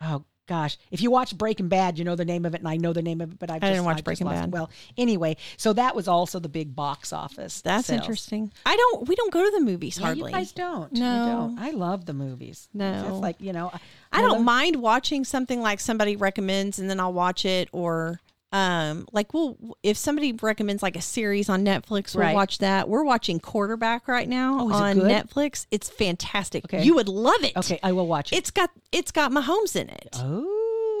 [SPEAKER 2] oh gosh, if you watch Breaking Bad, you know the name of it, and I know the name of it, but I've
[SPEAKER 4] I
[SPEAKER 2] just,
[SPEAKER 4] didn't watch
[SPEAKER 2] I've just
[SPEAKER 4] Breaking
[SPEAKER 2] lost it.
[SPEAKER 4] Bad.
[SPEAKER 2] Well, anyway, so that was also the big box office.
[SPEAKER 4] That's
[SPEAKER 2] sales.
[SPEAKER 4] interesting. I don't. We don't go to the movies
[SPEAKER 2] Yeah,
[SPEAKER 4] hardly.
[SPEAKER 2] you guys don't. You
[SPEAKER 4] No.
[SPEAKER 2] don't. I love the movies.
[SPEAKER 4] No.
[SPEAKER 2] it's like you know,
[SPEAKER 1] I
[SPEAKER 2] love-
[SPEAKER 1] don't mind watching something like somebody recommends and then I'll watch it or um like we'll if somebody recommends like a series on Netflix we'll
[SPEAKER 2] Right.
[SPEAKER 1] watch that. We're watching Quarterback right now
[SPEAKER 2] Oh, is it
[SPEAKER 1] on
[SPEAKER 2] good?
[SPEAKER 1] Netflix. It's fantastic.
[SPEAKER 2] Okay.
[SPEAKER 1] You would love it.
[SPEAKER 2] Okay, I will watch it.
[SPEAKER 1] It's got it's got Mahomes in it.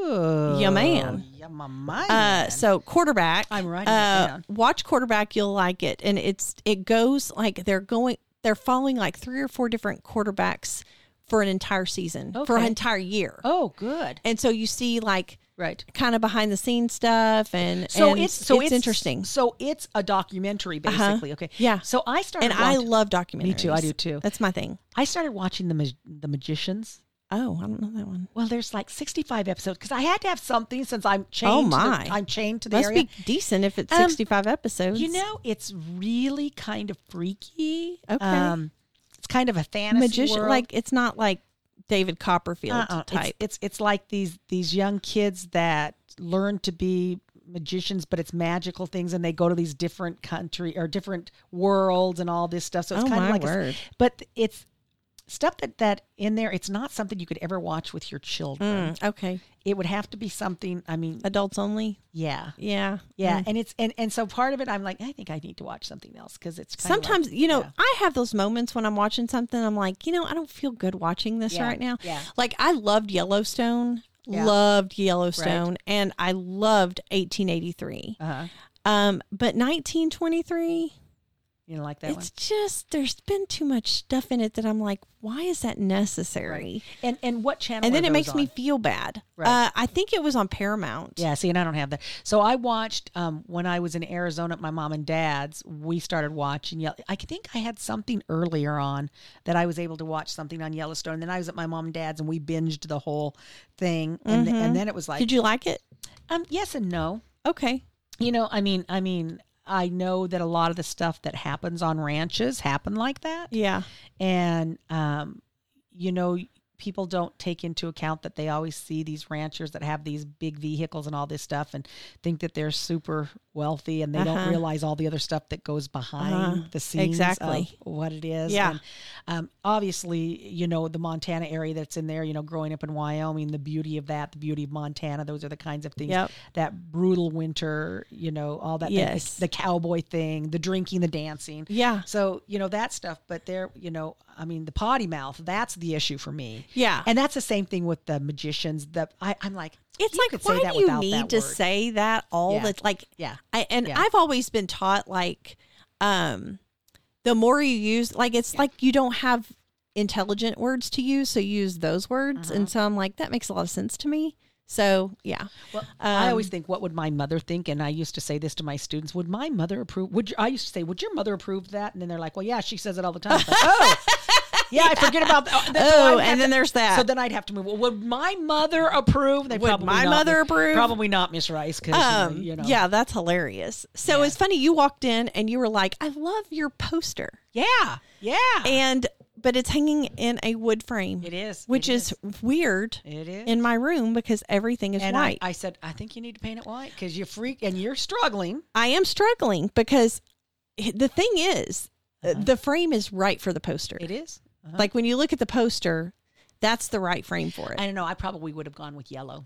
[SPEAKER 2] oh,
[SPEAKER 1] Yeah, man.
[SPEAKER 2] yeah, my man.
[SPEAKER 1] Uh, so quarterback.
[SPEAKER 2] I'm writing this
[SPEAKER 1] Uh,
[SPEAKER 2] down.
[SPEAKER 1] watch quarterback. You'll like it, and it's it goes like they're going. They're following like three or four different quarterbacks for an entire season, for an
[SPEAKER 2] Okay.
[SPEAKER 1] entire year.
[SPEAKER 2] oh, good.
[SPEAKER 1] And so you see like
[SPEAKER 2] Right.
[SPEAKER 1] kind of behind the scenes stuff, and
[SPEAKER 2] So
[SPEAKER 1] and
[SPEAKER 2] it's so it's,
[SPEAKER 1] interesting.
[SPEAKER 2] So it's a documentary, basically. Okay.
[SPEAKER 1] Yeah.
[SPEAKER 2] So I started.
[SPEAKER 1] and I
[SPEAKER 2] watch-
[SPEAKER 1] love documentaries.
[SPEAKER 2] Me too, I do too.
[SPEAKER 1] That's my thing.
[SPEAKER 2] I started watching the Ma- the Magicians.
[SPEAKER 1] Oh, I don't know that one.
[SPEAKER 2] Well, there's like 65 episodes because I had to have something since I'm chained.
[SPEAKER 1] Oh,
[SPEAKER 2] To
[SPEAKER 1] my.
[SPEAKER 2] the, I'm chained to the
[SPEAKER 1] Must
[SPEAKER 2] area.
[SPEAKER 1] be decent if it's
[SPEAKER 2] Um,
[SPEAKER 1] sixty-five episodes.
[SPEAKER 2] You know, it's really kind of freaky. Um,
[SPEAKER 1] Okay.
[SPEAKER 2] it's kind of a fantasy
[SPEAKER 1] magician.
[SPEAKER 2] world.
[SPEAKER 1] Like it's not like David Copperfield
[SPEAKER 2] Uh-uh. It's-
[SPEAKER 1] type.
[SPEAKER 2] It's, it's like these these young kids that learn to be magicians, but it's magical things, and they go to these different country or different worlds and all this stuff. So it's
[SPEAKER 1] Oh,
[SPEAKER 2] kind
[SPEAKER 1] my
[SPEAKER 2] of like, a s-
[SPEAKER 1] word.
[SPEAKER 2] but it's stuff that that in there. It's not something you could ever watch with your children.
[SPEAKER 1] Mm, Okay.
[SPEAKER 2] It would have to be something. I mean,
[SPEAKER 1] Adults only.
[SPEAKER 2] yeah,
[SPEAKER 1] Yeah.
[SPEAKER 2] yeah. And it's and and so part of it, I'm like, I think I need to watch something else because it's kind of like-
[SPEAKER 1] Sometimes, you know,
[SPEAKER 2] yeah.
[SPEAKER 1] I have those moments when I'm watching something, I'm like, you know, I don't feel good watching this
[SPEAKER 2] Yeah,
[SPEAKER 1] right now.
[SPEAKER 2] yeah.
[SPEAKER 1] Like, I loved Yellowstone,
[SPEAKER 2] Yeah.
[SPEAKER 1] loved Yellowstone, and I loved 1883.
[SPEAKER 2] uh-huh.
[SPEAKER 1] Um, but 1923,
[SPEAKER 2] you know, like that
[SPEAKER 1] it's
[SPEAKER 2] one.
[SPEAKER 1] just, there's been too much stuff in it that I'm like, why is that necessary?
[SPEAKER 2] And and what channel?
[SPEAKER 1] And
[SPEAKER 2] are
[SPEAKER 1] then it
[SPEAKER 2] those
[SPEAKER 1] makes me
[SPEAKER 2] on?
[SPEAKER 1] feel bad.
[SPEAKER 2] Right.
[SPEAKER 1] Uh, I think it was on Paramount.
[SPEAKER 2] Yeah, see, and I don't have that. So I watched um, when I was in Arizona at my mom and dad's. We started watching. Yell- I think I had something earlier on that I was able to watch something on Yellowstone. And then I was at my mom and dad's, and we binged the whole thing. And and then it was like,
[SPEAKER 1] Mm-hmm. Did you like it?
[SPEAKER 2] um, yes and no.
[SPEAKER 1] Okay.
[SPEAKER 2] You know, I mean, I mean, I know that a lot of the stuff that happens on ranches happen like that
[SPEAKER 1] Yeah.
[SPEAKER 2] and um, you know people don't take into account that they always see these ranchers that have these big vehicles and all this stuff and think that they're super wealthy and they don't
[SPEAKER 1] Uh-huh.
[SPEAKER 2] realize all the other stuff that goes behind
[SPEAKER 1] Uh-huh.
[SPEAKER 2] the scenes
[SPEAKER 1] Exactly.
[SPEAKER 2] of what it is
[SPEAKER 1] Yeah.
[SPEAKER 2] And, um, obviously you know the montana area that's in there you know growing up in wyoming the beauty of that the beauty of montana those are the kinds of things
[SPEAKER 1] Yep.
[SPEAKER 2] that brutal winter you know all that
[SPEAKER 1] Yes.
[SPEAKER 2] the, the cowboy thing the drinking the dancing
[SPEAKER 1] Yeah.
[SPEAKER 2] so, you know, that stuff, but there, you know, I mean, the potty mouth, that's the issue for me.
[SPEAKER 1] Yeah.
[SPEAKER 2] And that's the same thing with the magicians. The I, I'm like,
[SPEAKER 1] It's
[SPEAKER 2] you
[SPEAKER 1] like,
[SPEAKER 2] could
[SPEAKER 1] why
[SPEAKER 2] say that
[SPEAKER 1] do you
[SPEAKER 2] without that
[SPEAKER 1] need to
[SPEAKER 2] word.
[SPEAKER 1] say that all
[SPEAKER 2] Yeah.
[SPEAKER 1] the like?
[SPEAKER 2] Yeah.
[SPEAKER 1] I, and
[SPEAKER 2] Yeah.
[SPEAKER 1] I've always been taught like, um, the more you use, like it's like you don't have intelligent words to use, so use those words.
[SPEAKER 2] Uh-huh.
[SPEAKER 1] And so I'm like, that makes a lot of sense to me. So yeah,
[SPEAKER 2] Well, I
[SPEAKER 1] um,
[SPEAKER 2] always think, what would my mother think? And I used to say this to my students: Would my mother approve? Would your, I used to say, Would your mother approve that? And then they're like, Well, yeah, she says it all the time. It's like, oh, yeah, I forget about that. That's why I
[SPEAKER 1] Oh,
[SPEAKER 2] have
[SPEAKER 1] and
[SPEAKER 2] to-
[SPEAKER 1] then there's that.
[SPEAKER 2] So then I'd have to move. Well, would my mother approve? They
[SPEAKER 1] Would
[SPEAKER 2] probably
[SPEAKER 1] my
[SPEAKER 2] not,
[SPEAKER 1] mother approve?
[SPEAKER 2] Probably not, Miss Rice, because
[SPEAKER 1] um,
[SPEAKER 2] you know.
[SPEAKER 1] yeah, that's hilarious. So it's funny you walked in and you were like, I love your poster,
[SPEAKER 2] yeah, yeah.
[SPEAKER 1] and but it's hanging in a wood frame.
[SPEAKER 2] Uh-huh. It is. It
[SPEAKER 1] which is, weird.
[SPEAKER 2] It is.
[SPEAKER 1] in my room because everything is
[SPEAKER 2] And I,
[SPEAKER 1] white.
[SPEAKER 2] I said, I think you need to paint it white because you're freak and you're struggling.
[SPEAKER 1] I am struggling because the thing is, uh the frame is right for the poster.
[SPEAKER 2] Mm-hmm. It is.
[SPEAKER 1] Like when you look at the poster, that's the right frame for it.
[SPEAKER 2] I don't know. I probably would have gone with yellow.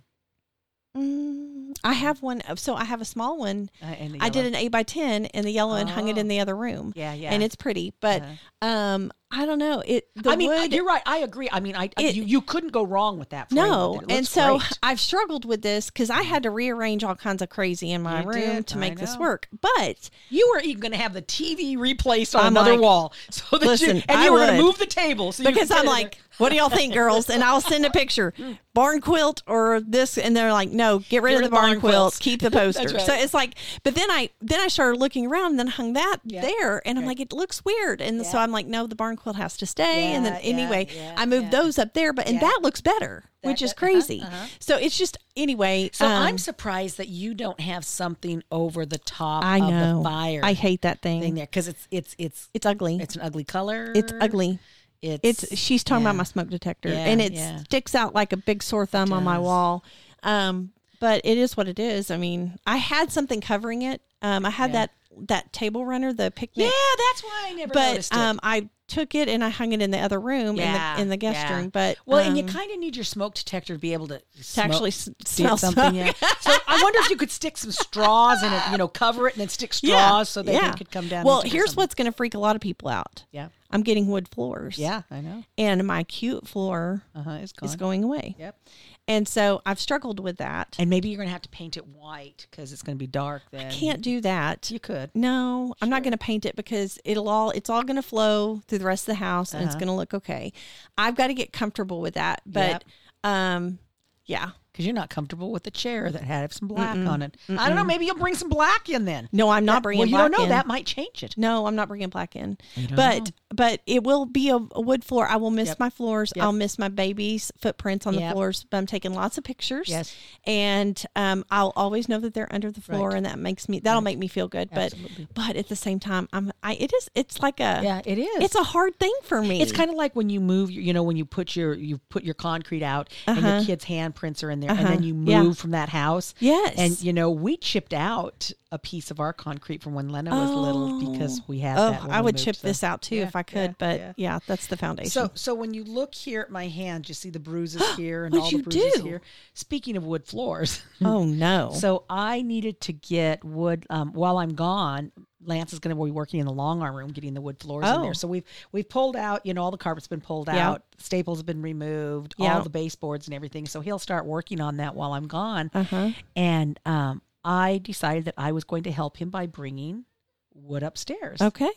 [SPEAKER 1] Mm, I have one. of- So I have a small one.
[SPEAKER 2] Uh, and the
[SPEAKER 1] I did
[SPEAKER 2] yellow. Oh.
[SPEAKER 1] an eight by ten in the yellow and hung it in the other room.
[SPEAKER 2] Yeah, yeah.
[SPEAKER 1] And it's pretty, but um, I don't know. It. The
[SPEAKER 2] I mean,
[SPEAKER 1] wood,
[SPEAKER 2] you're right. I agree. I mean, I
[SPEAKER 1] It-
[SPEAKER 2] you, you couldn't go wrong with that. frame
[SPEAKER 1] no,
[SPEAKER 2] with it. It
[SPEAKER 1] and
[SPEAKER 2] looks
[SPEAKER 1] so
[SPEAKER 2] great.
[SPEAKER 1] I've struggled with this because I had to rearrange all kinds of crazy in my
[SPEAKER 2] You
[SPEAKER 1] room
[SPEAKER 2] did.
[SPEAKER 1] to
[SPEAKER 2] I
[SPEAKER 1] make this
[SPEAKER 2] know.
[SPEAKER 1] work. But
[SPEAKER 2] you were even going to have the TV replaced on
[SPEAKER 1] I'm
[SPEAKER 2] another
[SPEAKER 1] like,
[SPEAKER 2] wall, so that
[SPEAKER 1] listen,
[SPEAKER 2] you, and
[SPEAKER 1] I
[SPEAKER 2] you were going
[SPEAKER 1] would.
[SPEAKER 2] to move the table so you
[SPEAKER 1] because
[SPEAKER 2] could
[SPEAKER 1] I'm
[SPEAKER 2] sit in
[SPEAKER 1] like,
[SPEAKER 2] there.
[SPEAKER 1] what do y'all think, girls? And I'll send a picture, barn quilt or this, and they're like, no, get rid of the barn, quilt,
[SPEAKER 2] quilts.
[SPEAKER 1] keep the poster.
[SPEAKER 2] right.
[SPEAKER 1] So it's like, but then I then I started looking around, and then hung that
[SPEAKER 2] Yeah.
[SPEAKER 1] there, and I'm like, it looks weird, and so I'm like, no, the barn quilt has to stay. and then
[SPEAKER 2] Yeah, yeah,
[SPEAKER 1] anyway,
[SPEAKER 2] yeah,
[SPEAKER 1] I moved
[SPEAKER 2] yeah.
[SPEAKER 1] those up there, but and
[SPEAKER 2] Yeah.
[SPEAKER 1] that looks better, which is
[SPEAKER 2] does- uh-huh,
[SPEAKER 1] crazy.
[SPEAKER 2] uh-huh.
[SPEAKER 1] So it's just anyway.
[SPEAKER 2] So
[SPEAKER 1] um,
[SPEAKER 2] I'm surprised that you don't have something over the top
[SPEAKER 1] I know
[SPEAKER 2] of the fire
[SPEAKER 1] I hate that thing.
[SPEAKER 2] thing there because it's it's it's
[SPEAKER 1] It's ugly. It's,
[SPEAKER 2] it's an ugly color.
[SPEAKER 1] ugly.
[SPEAKER 2] It's
[SPEAKER 1] It's she's talking
[SPEAKER 2] yeah.
[SPEAKER 1] about my smoke detector,
[SPEAKER 2] Yeah,
[SPEAKER 1] and it
[SPEAKER 2] yeah.
[SPEAKER 1] sticks out like a big sore thumb on my
[SPEAKER 2] does.
[SPEAKER 1] wall. Um, but it is what it is. I mean, I had something covering it. Um, I had that that table runner, the picnic.
[SPEAKER 2] yeah. That's why I never
[SPEAKER 1] but
[SPEAKER 2] noticed it.
[SPEAKER 1] um, I took it and I hung it in the other room in the in the guest
[SPEAKER 2] yeah.
[SPEAKER 1] room. But
[SPEAKER 2] well, and you
[SPEAKER 1] um,
[SPEAKER 2] kind of need your smoke detector to be able to,
[SPEAKER 1] to
[SPEAKER 2] smoke-
[SPEAKER 1] actually s-
[SPEAKER 2] see
[SPEAKER 1] smell
[SPEAKER 2] something.
[SPEAKER 1] something.
[SPEAKER 2] Yeah. So I wonder if you could stick some straws in it, you know, cover it and then stick straws so that
[SPEAKER 1] yeah.
[SPEAKER 2] it could come down.
[SPEAKER 1] Well,
[SPEAKER 2] into it or
[SPEAKER 1] here's
[SPEAKER 2] something.
[SPEAKER 1] what's going to freak a lot of people out.
[SPEAKER 2] Yeah.
[SPEAKER 1] I'm getting wood floors.
[SPEAKER 2] Yeah, I know.
[SPEAKER 1] and my cute floor
[SPEAKER 2] Uh huh. It's gone.
[SPEAKER 1] is going away.
[SPEAKER 2] Yep.
[SPEAKER 1] And so I've struggled with that.
[SPEAKER 2] And maybe you're going to have to paint it white because it's going to be dark then.
[SPEAKER 1] Can't do that.
[SPEAKER 2] You could.
[SPEAKER 1] No, I'm not going to paint it because it'll all it's all going to flow through the rest of the house and it's
[SPEAKER 2] Uh-huh.
[SPEAKER 1] going to look okay. I've got to get comfortable with that, but um yeah.
[SPEAKER 2] Because you're not comfortable with the chair that had some black on it. I don't know. Maybe you'll bring some black in then.
[SPEAKER 1] No, I'm not
[SPEAKER 2] Well,
[SPEAKER 1] bringing
[SPEAKER 2] you
[SPEAKER 1] black
[SPEAKER 2] don't know.
[SPEAKER 1] in.
[SPEAKER 2] That might change it.
[SPEAKER 1] No, I'm not bringing black in. But but it will be a, a wood floor. I will miss
[SPEAKER 2] Yep.
[SPEAKER 1] my floors.
[SPEAKER 2] Yep.
[SPEAKER 1] I'll miss my baby's footprints on
[SPEAKER 2] Yep.
[SPEAKER 1] the floors. But I'm taking lots of pictures.
[SPEAKER 2] Yes.
[SPEAKER 1] And um, I'll always know that they're under the floor,
[SPEAKER 2] Right.
[SPEAKER 1] and that makes me that'll make me feel good.
[SPEAKER 2] Absolutely.
[SPEAKER 1] But but at the same time, I'm I it is it's like a
[SPEAKER 2] Yeah, it is.
[SPEAKER 1] it's a hard thing for me.
[SPEAKER 4] Uh-huh.
[SPEAKER 2] It's kind of like when you move, your- you know, when you put your you put your concrete out and your kids' handprints are in there, there, and then you move
[SPEAKER 1] Yeah.
[SPEAKER 2] from that house.
[SPEAKER 4] Yes.
[SPEAKER 2] And you know, we chipped out a piece of our concrete from when Lena was little because we had
[SPEAKER 4] oh,
[SPEAKER 2] that. when
[SPEAKER 4] I
[SPEAKER 2] we
[SPEAKER 4] would
[SPEAKER 2] moved,
[SPEAKER 4] chip
[SPEAKER 2] so.
[SPEAKER 4] this out too
[SPEAKER 2] Yeah,
[SPEAKER 4] if I could,
[SPEAKER 2] yeah,
[SPEAKER 4] but
[SPEAKER 2] yeah.
[SPEAKER 4] yeah. that's the foundation.
[SPEAKER 2] So, so when you look here at my hand, you see the bruises here and
[SPEAKER 4] What'd
[SPEAKER 2] all the
[SPEAKER 4] you
[SPEAKER 2] bruises
[SPEAKER 4] do?
[SPEAKER 2] here. Speaking of wood floors,
[SPEAKER 4] oh no.
[SPEAKER 2] so I needed to get wood. Um, while I'm gone, Lance is going to be working in the long arm room, getting the wood floors in
[SPEAKER 4] Oh.
[SPEAKER 2] there. So we've we've pulled out. You know, all the carpet's been pulled
[SPEAKER 4] Yeah.
[SPEAKER 2] out, staples have been removed,
[SPEAKER 4] Yeah.
[SPEAKER 2] all the baseboards and everything. So he'll start working on that while I'm gone.
[SPEAKER 4] uh-huh.
[SPEAKER 2] And um, I decided that I was going to help him by bringing wood upstairs.
[SPEAKER 4] Okay.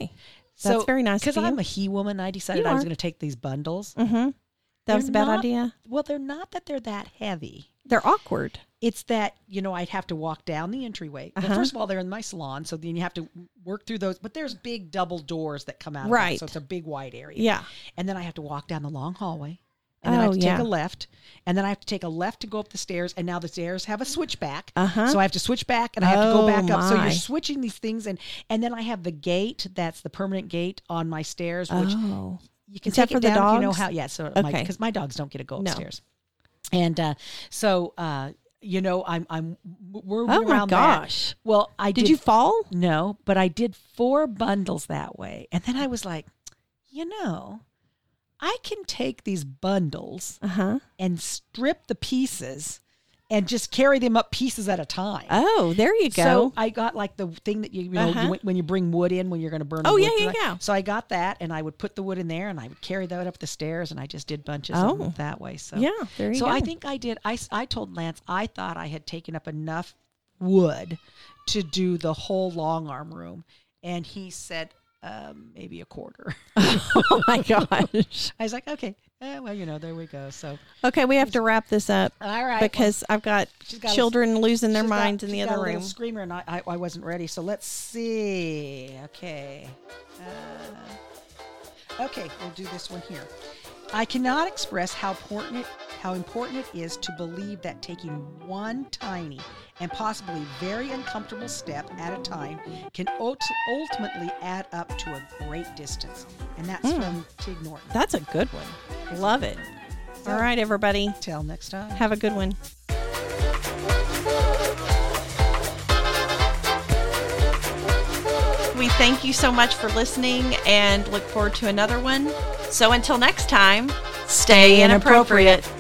[SPEAKER 4] That's very nice
[SPEAKER 2] Because
[SPEAKER 4] of you.
[SPEAKER 2] I'm a he woman, I decided
[SPEAKER 4] You
[SPEAKER 2] I was
[SPEAKER 4] are.
[SPEAKER 2] going to take these bundles.
[SPEAKER 4] Mm-hmm. That was
[SPEAKER 2] They're
[SPEAKER 4] a bad
[SPEAKER 2] not-
[SPEAKER 4] idea.
[SPEAKER 2] Well, they're not that they're that heavy.
[SPEAKER 4] They're awkward.
[SPEAKER 2] It's that, you know, I'd have to walk down the entryway. Well,
[SPEAKER 4] Uh-huh.
[SPEAKER 2] first of all, they're in my salon, so then you have to work through those. But there's big double doors that come out. of that,
[SPEAKER 4] Right.
[SPEAKER 2] so it's a big wide area.
[SPEAKER 4] Yeah.
[SPEAKER 2] And then I have to walk down the long hallway. And then I have
[SPEAKER 4] Oh,
[SPEAKER 2] to
[SPEAKER 4] yeah.
[SPEAKER 2] take a left. And then I have to take a left to go up the stairs. And now the stairs have a switchback.
[SPEAKER 4] Uh-huh.
[SPEAKER 2] So I have to switch back and I have to
[SPEAKER 4] Oh,
[SPEAKER 2] go back up. So
[SPEAKER 4] my.
[SPEAKER 2] you're switching these things. And, and then I have the gate that's the permanent gate on my stairs, which
[SPEAKER 4] oh.
[SPEAKER 2] you can
[SPEAKER 4] Except
[SPEAKER 2] take
[SPEAKER 4] for
[SPEAKER 2] it
[SPEAKER 4] the
[SPEAKER 2] down if you know
[SPEAKER 4] dogs?
[SPEAKER 2] how. Yeah, so
[SPEAKER 4] Okay.
[SPEAKER 2] because my, dogs don't get to go
[SPEAKER 4] No.
[SPEAKER 2] upstairs, and uh, so uh, you know, I'm I'm we're
[SPEAKER 4] Oh my
[SPEAKER 2] around that.
[SPEAKER 4] gosh.
[SPEAKER 2] Well, I
[SPEAKER 4] Did, you fall?
[SPEAKER 2] no, but I did four bundles that way, and then I was like, you know, I can take these bundles
[SPEAKER 4] Uh-huh.
[SPEAKER 2] and strip the pieces, and just carry them up pieces at a time.
[SPEAKER 4] Oh, there you go.
[SPEAKER 2] So I got like the thing that you, you know
[SPEAKER 4] Uh-huh.
[SPEAKER 2] you, when you bring wood in when you're going to burn.
[SPEAKER 4] Oh,
[SPEAKER 2] the
[SPEAKER 4] yeah,
[SPEAKER 2] wood
[SPEAKER 4] yeah,
[SPEAKER 2] dry.
[SPEAKER 4] yeah.
[SPEAKER 2] So I got that, and I would put the wood in there, and I would carry that up the stairs, and I just did bunches of
[SPEAKER 4] Oh.
[SPEAKER 2] them that way. So
[SPEAKER 4] yeah, there you
[SPEAKER 2] So
[SPEAKER 4] go.
[SPEAKER 2] I think I did. I s- I told Lance I thought I had taken up enough wood to do the whole long arm room, and he said um, maybe a quarter.
[SPEAKER 4] oh my gosh.
[SPEAKER 2] I was like, okay, eh, well you know there we go. So
[SPEAKER 4] Okay, we have to wrap this up
[SPEAKER 2] all right, well,
[SPEAKER 4] because I've got,
[SPEAKER 2] she's got a-
[SPEAKER 4] children losing their
[SPEAKER 2] she's got-
[SPEAKER 4] minds in the
[SPEAKER 2] she's got
[SPEAKER 4] other
[SPEAKER 2] a little
[SPEAKER 4] room.
[SPEAKER 2] Screamer, and I, I I wasn't ready. So let's see. Okay. Uh, okay, we'll do this one here. I cannot express how important it, how important it is to believe that taking one tiny and possibly very uncomfortable step at a time can ult- ultimately add up to a great distance. And that's
[SPEAKER 4] Hmm.
[SPEAKER 2] from Tig Norton.
[SPEAKER 4] That's a good one. Love it. All right, everybody.
[SPEAKER 2] Till next time.
[SPEAKER 4] Have a good one.
[SPEAKER 1] We thank you so much for listening and look forward to another one. So until next time, stay inappropriate.